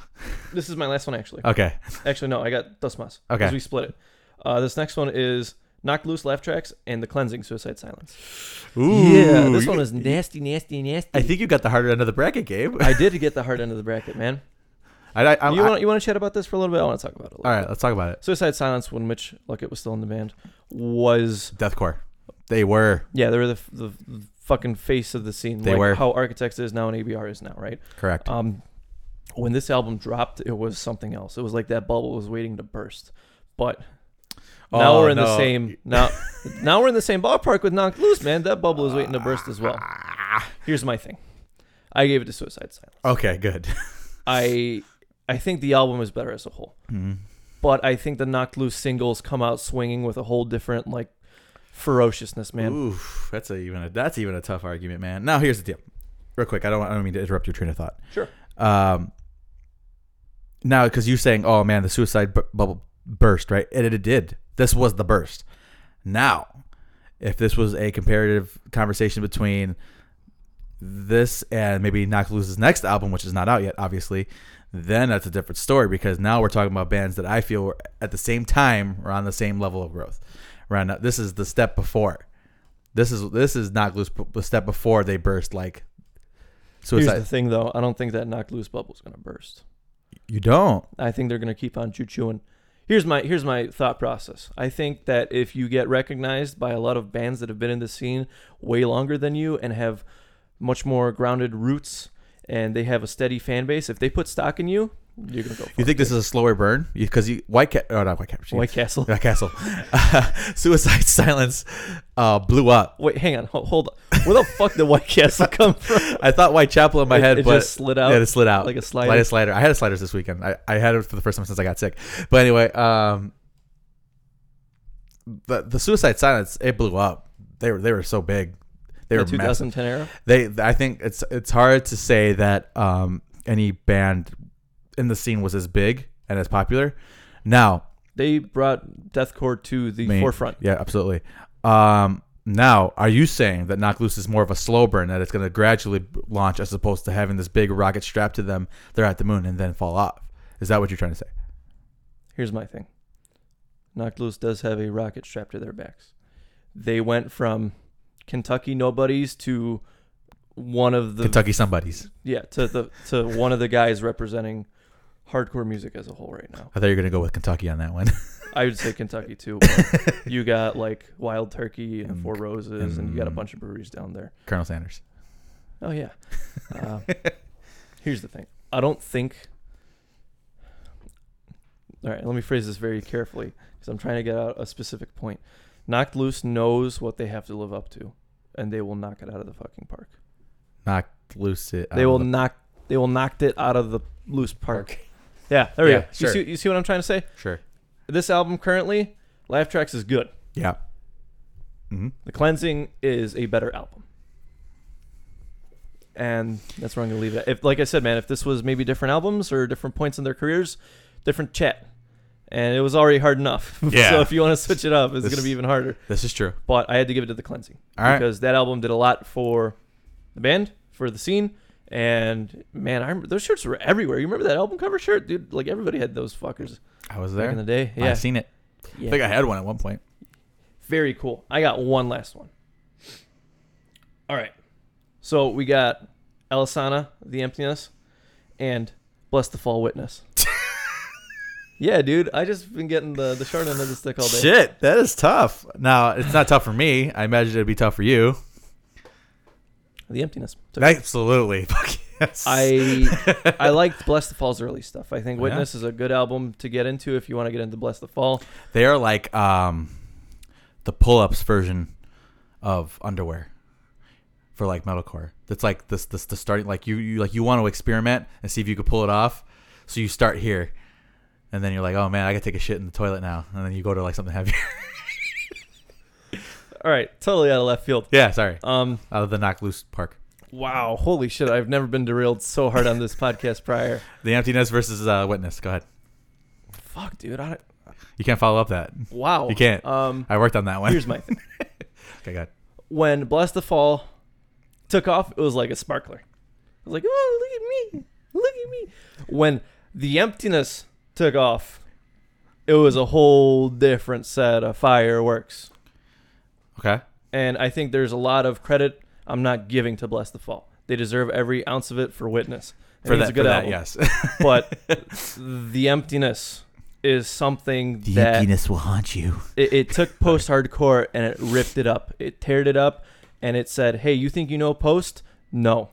B: This is my last one, actually.
A: Okay.
B: Actually, no, I got Dos Mas.
A: Uh. Okay.
B: we split it. Uh, this next one is Knock Loose Laugh Tracks and The Cleansing Suicide Silence.
A: Ooh.
B: yeah, this
A: you-
B: one is nasty, nasty, nasty.
A: I think you got the harder end of the bracket, Gabe.
B: I did get the hard end of the bracket, man.
A: I, I, I,
B: you want you want to chat about this for a little bit? I want to talk about it. A little
A: all
B: bit.
A: right, let's talk about it.
B: Suicide Silence, when Mitch Luckett was still in the band, was
A: Deathcore. They were
B: yeah, they were the, the fucking face of the scene.
A: They
B: like
A: were.
B: how Architects is now and ABR is now, right?
A: correct.
B: Um, when this album dropped, it was something else. It was like that bubble was waiting to burst. But now
A: Oh,
B: we're in
A: no.
B: the same now now we're in the same ballpark with Knocked Loose, man. That bubble is waiting to burst as well.
A: Ah.
B: Here's my thing. I gave it to Suicide Silence.
A: Okay, good.
B: I I think the album is better as a whole.
A: Hmm.
B: But I think the Knocked Loose singles come out swinging with a whole different like ferociousness, man.
A: Oof, that's a, even a that's even a tough argument, man. Now here's the deal, real quick. I don't I don't mean to interrupt your train of thought.
B: Sure.
A: Um, now because you're saying, oh man, the suicide bu- bubble burst, right? And it, it did. This was the burst. Now, if this was a comparative conversation between this and maybe Knock Loose's next album, which is not out yet, obviously, then that's a different story because now we're talking about bands that I feel were at the same time are on the same level of growth. Right now, this is the step before. This is this is Knock Loose b- the step before they burst like
B: Here's
A: suicide.
B: the thing though, I don't think that Knocked Loose bubble's gonna burst.
A: you don't.
B: I think they're gonna keep on choo chooing. Here's my here's my thought process. I think that if you get recognized by a lot of bands that have been in the scene way longer than you and have much more grounded roots and they have a steady fan base, if they put stock in you, you're gonna go. For
A: You think this is a slower burn? Because you White Cat, oh not White Cat,
B: it. White Castle?
A: White Castle, Suicide Silence uh, blew up.
B: Wait, hang on, ho- hold on. Where the fuck did White Castle come from?
A: I thought Whitechapel in my
B: It-
A: head,
B: it
A: but
B: just slid out
A: Yeah, it slid out
B: like a slider?
A: Like a slider. I had a sliders this weekend. I, I had it for the first time since I got sick. But anyway, um, the the Suicide Silence it blew up. They were they were so big. They
B: the
A: were massive.
B: 2010 era.
A: They I think it's it's hard to say that um, any band in the scene was as big and as popular. Now
B: They brought deathcore to the
A: mean,
B: forefront.
A: Yeah, absolutely. Um, now, are you saying that Knock Loose is more of a slow burn that it's going to gradually b- launch as opposed to having this big rocket strapped to them? They're at the moon and then fall off. Is that what you're trying to say?
B: Here's my thing. Knocked Loose does have a rocket strapped to their backs. They went from Kentucky nobodies to one of the
A: Kentucky somebody's.
B: yeah to the to one of the guys representing hardcore music as a whole right now.
A: I thought you were going to go with Kentucky on that one.
B: I would say Kentucky too. but you got like Wild Turkey and
A: And- Mm.
B: Four Roses, and you got a
A: and-
B: bunch of breweries down there.
A: Colonel Sanders.
B: Oh yeah. Uh, here's the thing. I don't think. All right, let me phrase this very carefully because I'm trying to get out a specific point. Knocked Loose knows what they have to live up to, and they will knock it out of the fucking park.
A: Knock Loose. It,
B: they will
A: not.
B: knock. They will knocked it out of the loose park. Yeah, there we
A: Yeah,
B: go.
A: sure.
B: You see, you see what I'm trying to say?
A: Sure.
B: This album currently, Laugh Tracks is good.
A: Yeah. hmm
B: The Cleansing is a better album. And that's where I'm gonna leave it. If like I said, man, if this was maybe different albums or different points in their careers, different chat. And it was already hard enough.
A: Yeah.
B: so if you want to switch it up, it's
A: This-
B: gonna be even harder.
A: This is true.
B: But I had to give it to the cleansing.
A: All right.
B: Because that album did a lot for the band, for the scene. And man, I remember those shirts were everywhere. You remember that album cover shirt, dude? Like everybody had those fuckers
A: I was
B: back
A: there.
B: in the day. Yeah,
A: I've seen it. I
B: yeah.
A: think I had one at one point.
B: Very cool. I got one last one. All right. So we got Elisana, The Emptiness, and Bless the Fall Witness. yeah, dude. I just been getting the, the short end of the stick all day.
A: Shit, that is tough. Now, it's not tough for me. I imagine it'd be tough for you.
B: The Emptiness. Took-
A: Absolutely. Fuck yes.
B: I I liked Bless the Fall's early stuff. I think
A: Oh, Yeah.
B: Witness is a good album to get into if you want to get into Bless the Fall.
A: They are like um, the pull-ups version of underwear for like metalcore. That's like this this the starting like you, you like you want to experiment and see if you could pull it off. So you start here, and then you're like, oh man, I gotta take a shit in the toilet now, and then you go to like something heavier.
B: All right, totally out of left field.
A: yeah, sorry,
B: Um,
A: out of the knock loose park.
B: wow, holy shit! I've never been derailed so hard on this podcast prior.
A: The emptiness versus uh, witness. Go ahead.
B: Fuck, dude. I don't-
A: You can't follow up that.
B: wow.
A: You can't.
B: Um,
A: I worked on that one.
B: Mm. here's my thing.
A: okay, go ahead.
B: when Bless the Fall took off, it was like a sparkler. I was like, oh, look at me. Look at me. When The Emptiness took off, it was a whole different set of fireworks.
A: Okay.
B: And I think there's a lot of credit I'm not giving to Bless the Fall. They deserve every ounce of it for Witness.
A: For
B: I think
A: that,
B: it's a good
A: for
B: album.
A: that, yes.
B: But The Emptiness is something that
A: will haunt you.
B: it, it took post hardcore and it ripped it up. It teared it up and it said, Hey, you think you know post? No.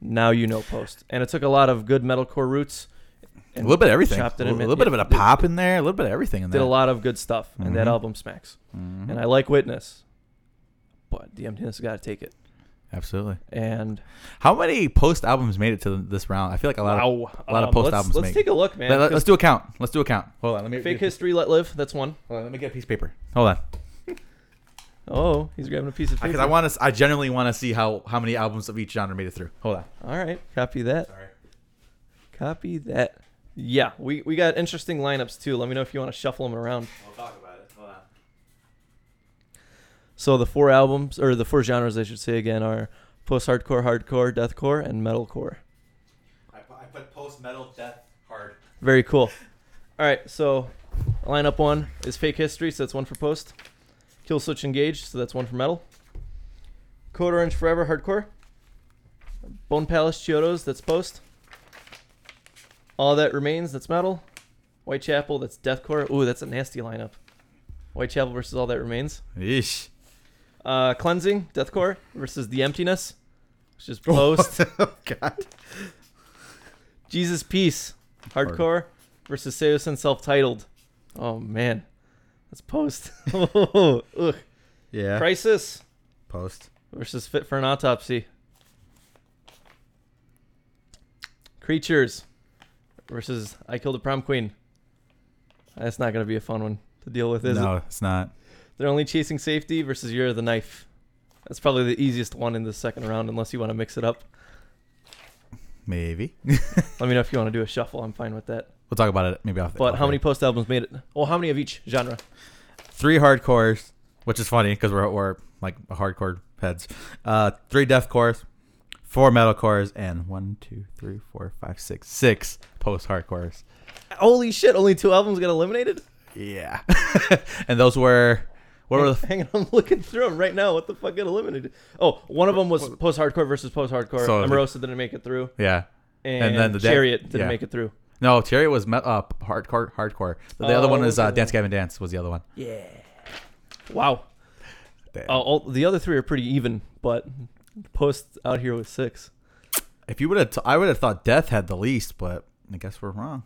B: Now you know post. And it took a lot of good metalcore roots.
A: A
B: And
A: little bit of everything. A
B: chopped it
A: little,
B: and-
A: bit of a
B: did-
A: pop in there. A little bit of everything in
B: Did
A: there.
B: a lot of good stuff. And that
A: Mhm.
B: album smacks.
A: Mhm.
B: And I like Witness. But the emptiness got to take it.
A: Absolutely.
B: And
A: How many post albums made it to this round? I feel like a lot. Of,
B: wow, um,
A: a lot of post
B: let's,
A: albums
B: Let's
A: make-
B: take a look, man.
A: let, let-
B: 'cause
A: let's do a count. Let's do a count. Hold on. Let me
B: fake history, let live. That's one.
A: Hold on, let me get a piece of paper. Hold on,
B: Oh, he's grabbing a piece of
A: because
B: paper.
A: I want to. I generally want to see how how many albums of each genre made it through. Hold on.
B: All right, copy that.
A: Sorry.
B: Copy that. Yeah, we, we got interesting lineups too. Let me know if you want to shuffle them around.
A: We'll talk about it. Hold on.
B: So the four albums, or the four genres, I should say again, are post-hardcore, hardcore, deathcore, and metalcore.
A: I, I put post metal death hard.
B: Very cool. All right, so lineup one is Fake History, so that's one for post. Kill Switch Engage, so that's one for metal. Code Orange Forever, hardcore. Bone Palace Chiodos, that's post. All That Remains, that's metal. Whitechapel, that's deathcore. Ooh, that's a nasty lineup. Whitechapel versus All That Remains.
A: Yeesh.
B: Uh, Cleansing, deathcore versus The Emptiness, which is post.
A: oh God.
B: Jesus Peace, hardcore versus Seosin self-titled. Oh man, that's post. Ugh.
A: Yeah.
B: Crisis
A: Post.
B: versus Fit for an Autopsy. Creatures versus I Killed a Prom Queen. That's not gonna be a fun one to deal with, is
A: no,
B: it?
A: it's not.
B: They're only chasing safety versus you're the knife. That's probably the easiest one in the second round, unless you want to mix it up.
A: Maybe
B: Let me know if you want to do a shuffle. I'm fine with that.
A: we'll talk about it. Maybe off.
B: But
A: off
B: how
A: air.
B: many post albums made it? Well, how many of each genre?
A: Three hardcores, which is funny because we're, we're like hardcore heads. Uh, three deathcores, four metalcores, and one, two, three, four, five, six, six post-hardcores.
B: Holy shit! Only two albums got eliminated.
A: Yeah, and those were what were the f-
B: Hang on, I'm looking through them right now. What the fuck got eliminated? Oh, one of them was post hardcore versus post hardcore.
A: So-
B: Amorosa didn't make it through,
A: yeah.
B: and,
A: then the da-
B: Chariot didn't
A: yeah.
B: make it through.
A: No, Terry was met up hardcore, hardcore. The, the other
B: Oh,
A: one is uh,
B: okay.
A: Dance Gavin Dance was the other one.
B: Yeah. Wow.
A: Damn.
B: Uh, all, the other three are pretty even, but post out here with six.
A: If you would have, t- I would have thought Death had the least, but I guess we're wrong.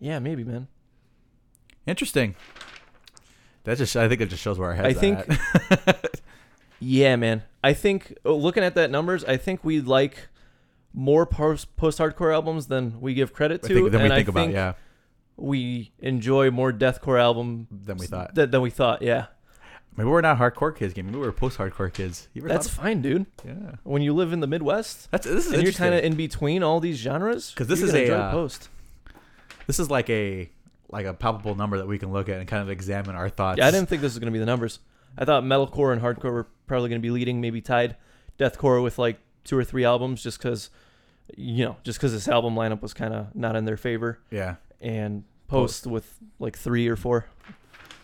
B: Yeah, maybe, man.
A: Interesting. That just, I think it just shows where our heads.
B: I think-
A: are at.
B: Yeah, man. I think oh, looking at that numbers, I think we like more post post hardcore albums than we give credit
A: I
B: to,
A: think, then we
B: and
A: think
B: I
A: about
B: think
A: yeah.
B: we enjoy more deathcore album
A: Than we thought.
B: Th- than we thought. Yeah,
A: Maybe we're not hardcore kids. Game. Maybe we're post-hardcore kids. You ever
B: that's
A: thought
B: fine, dude.
A: of- yeah.
B: When you live in the Midwest
A: That's this is
B: and you're
A: interesting.
B: kind of in between all these genres,
A: 'Cause this
B: you're
A: is
B: gonna
A: a,
B: enjoy
A: uh,
B: post.
A: this is like a like a palpable number that we can look at and kind of examine our thoughts.
B: Yeah, I didn't think this was gonna be the numbers. I thought metalcore and hardcore were probably gonna be leading, maybe tied. Deathcore with like two or three albums, just because, you know, just because this album lineup was kind of not in their favor,
A: Yeah,
B: and post with like three or four.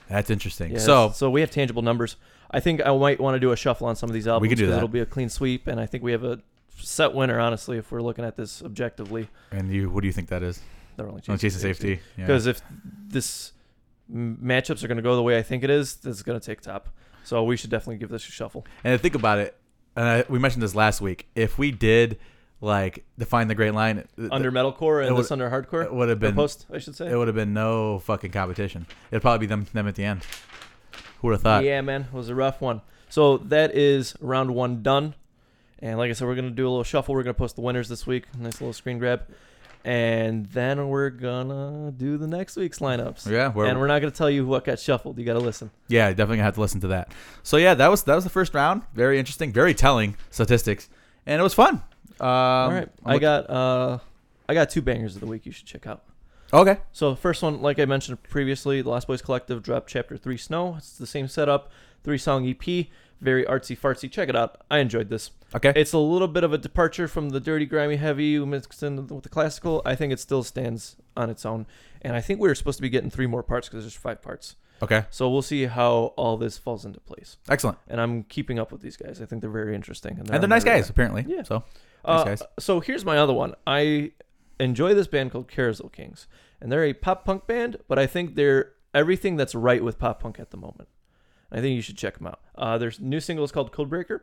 A: that's interesting.
B: Yeah,
A: so
B: so we have tangible numbers. I think I might want to do a shuffle on some of these albums.
A: do
B: 'cause
A: that.
B: It'll be a clean sweep, and I think we have a set winner. Honestly, if we're looking at this objectively,
A: and you, what do you think that is?
B: they're only
A: On chasing safety. Yeah.
B: Because if this m- matchups are going to go the way I think it is, this is going to take top. So we should definitely give this a shuffle.
A: And I think about it, and I, we mentioned this last week. If we did like define the great line, th-
B: Under metalcore
A: it
B: and
A: would-
B: this under hardcore.
A: it would have
B: Or
A: been
B: post, I should say.
A: it would have been no fucking competition. It'd probably be them them at the end. Who would have thought?
B: yeah, man, it was a rough one. So that is round one done. And like I said, we're gonna do a little shuffle. We're gonna post the winners this week. Nice little screen grab, and then we're gonna do the next week's lineups.
A: Yeah, we're-
B: and we're not gonna tell you what got shuffled. You gotta listen.
A: Yeah, definitely gonna have to listen to that. So yeah, that was that was the first round. Very interesting, very telling statistics, and it was fun. Um,
B: All right,
A: I'm
B: I
A: look-
B: got uh, I got two bangers of the week. You should check out.
A: okay.
B: So the first one, like I mentioned previously, The Lost Boys Collective dropped Chapter Three Snow. It's the same setup, three song EP, very artsy fartsy. Check it out. I enjoyed this.
A: Okay,
B: It's a little bit of a departure from the dirty, grimy, heavy mixed in with the classical. I think it still stands on its own, and I think we were supposed to be getting three more parts because there's five parts.
A: okay,
B: So we'll see how all this falls into place.
A: excellent.
B: And I'm keeping up with these guys. I think they're very interesting,
A: And they're nice guys, apparently.
B: Yeah.
A: So
B: uh,
A: Nice guys.
B: So here's my other one. I enjoy this band called Carousel Kings, and they're a pop punk band, but I think they're everything that's right with pop punk at the moment. I think you should check them out. Uh, their new single is called Codebreaker,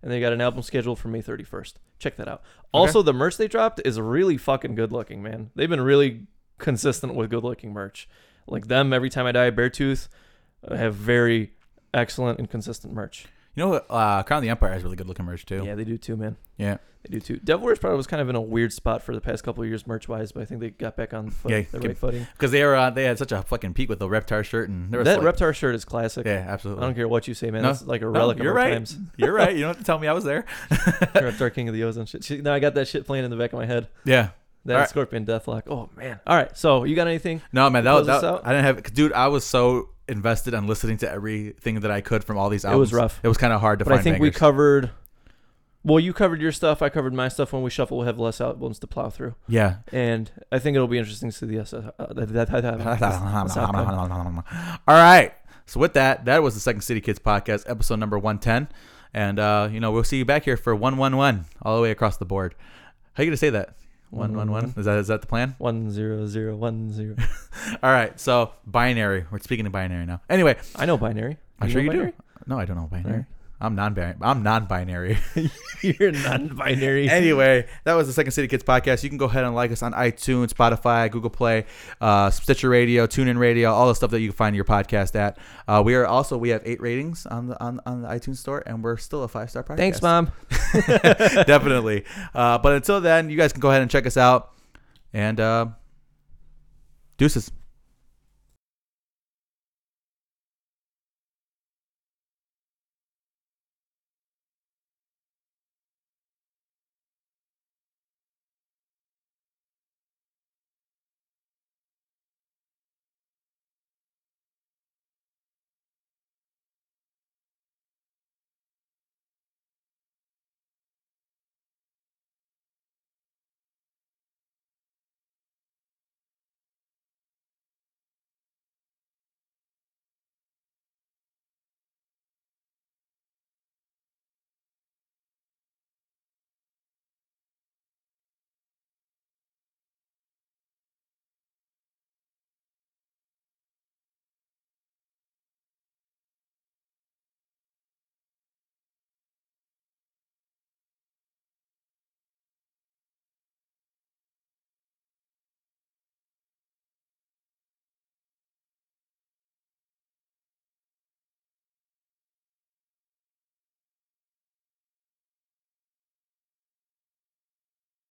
B: and they got an album scheduled for May 31st. Check that out. Also, the merch they dropped is really fucking good looking, man. They've been really consistent with good looking merch. Like them, every time I die, Beartooth uh, have very excellent and consistent merch.
A: you know, uh, Crown of the Empire has really good looking merch too.
B: Yeah, they do too, man.
A: Yeah.
B: They do too. Devil Wears Prada was kind of in a weird spot for the past couple of years merch wise, but I think they got back on foot,
A: Yeah,
B: the
A: give-
B: right footing.
A: because they were uh, they had such a fucking peak with the Reptar shirt and there was
B: That
A: like,
B: Reptar shirt is classic.
A: Yeah,
B: I
A: absolutely.
B: don't care what you say, man.
A: No,
B: That's like a
A: No,
B: relic
A: you're
B: of our
A: right.
B: times.
A: You're right. You don't have to tell me I was there.
B: Reptar King of the O's and shit. See, Now I got that shit playing in the back of my head.
A: Yeah.
B: That
A: All
B: and
A: right.
B: Scorpion Deathlock. Oh man. All right. So you got anything?
A: No, man, that was
B: Close us
A: that,
B: out?
A: I didn't have, dude. I was so invested on listening to everything that I could from all these
B: was
A: albums.
B: rough.
A: It was kind of hard to
B: But
A: find.
B: I think we
A: bangers.
B: covered. Well, you covered your stuff. I covered my stuff. When we shuffle, we'll have less albums to plow through,
A: yeah.
B: and I think it'll be interesting to see the. SS, uh, that, that, that, that, that's out there.
A: All right. So with that, that was the Second City Kids podcast, episode number one ten, and uh, you know we'll see you back here for one one one all the way across the board. How you gonna say that? One one one. Is that is that the plan?
B: one zero zero one zero.
A: All right. So binary. We're speaking of binary now. Anyway,
B: I know binary.
A: I'm
B: know
A: sure you
B: binary?
A: do. No, I don't know binary.
B: Alright.
A: I'm non-binary. I'm non-binary.
B: You're non-binary.
A: anyway, that was the Second City Kids podcast. You can go ahead and like us on iTunes, Spotify, Google Play, uh, Stitcher Radio, TuneIn Radio, all the stuff that you can find your podcast at. Uh, we are also we have eight ratings on the on, on the iTunes store, and we're still a five star podcast.
B: Thanks, mom.
A: Definitely. Uh, but until then, you guys can go ahead and check us out, and uh, deuces.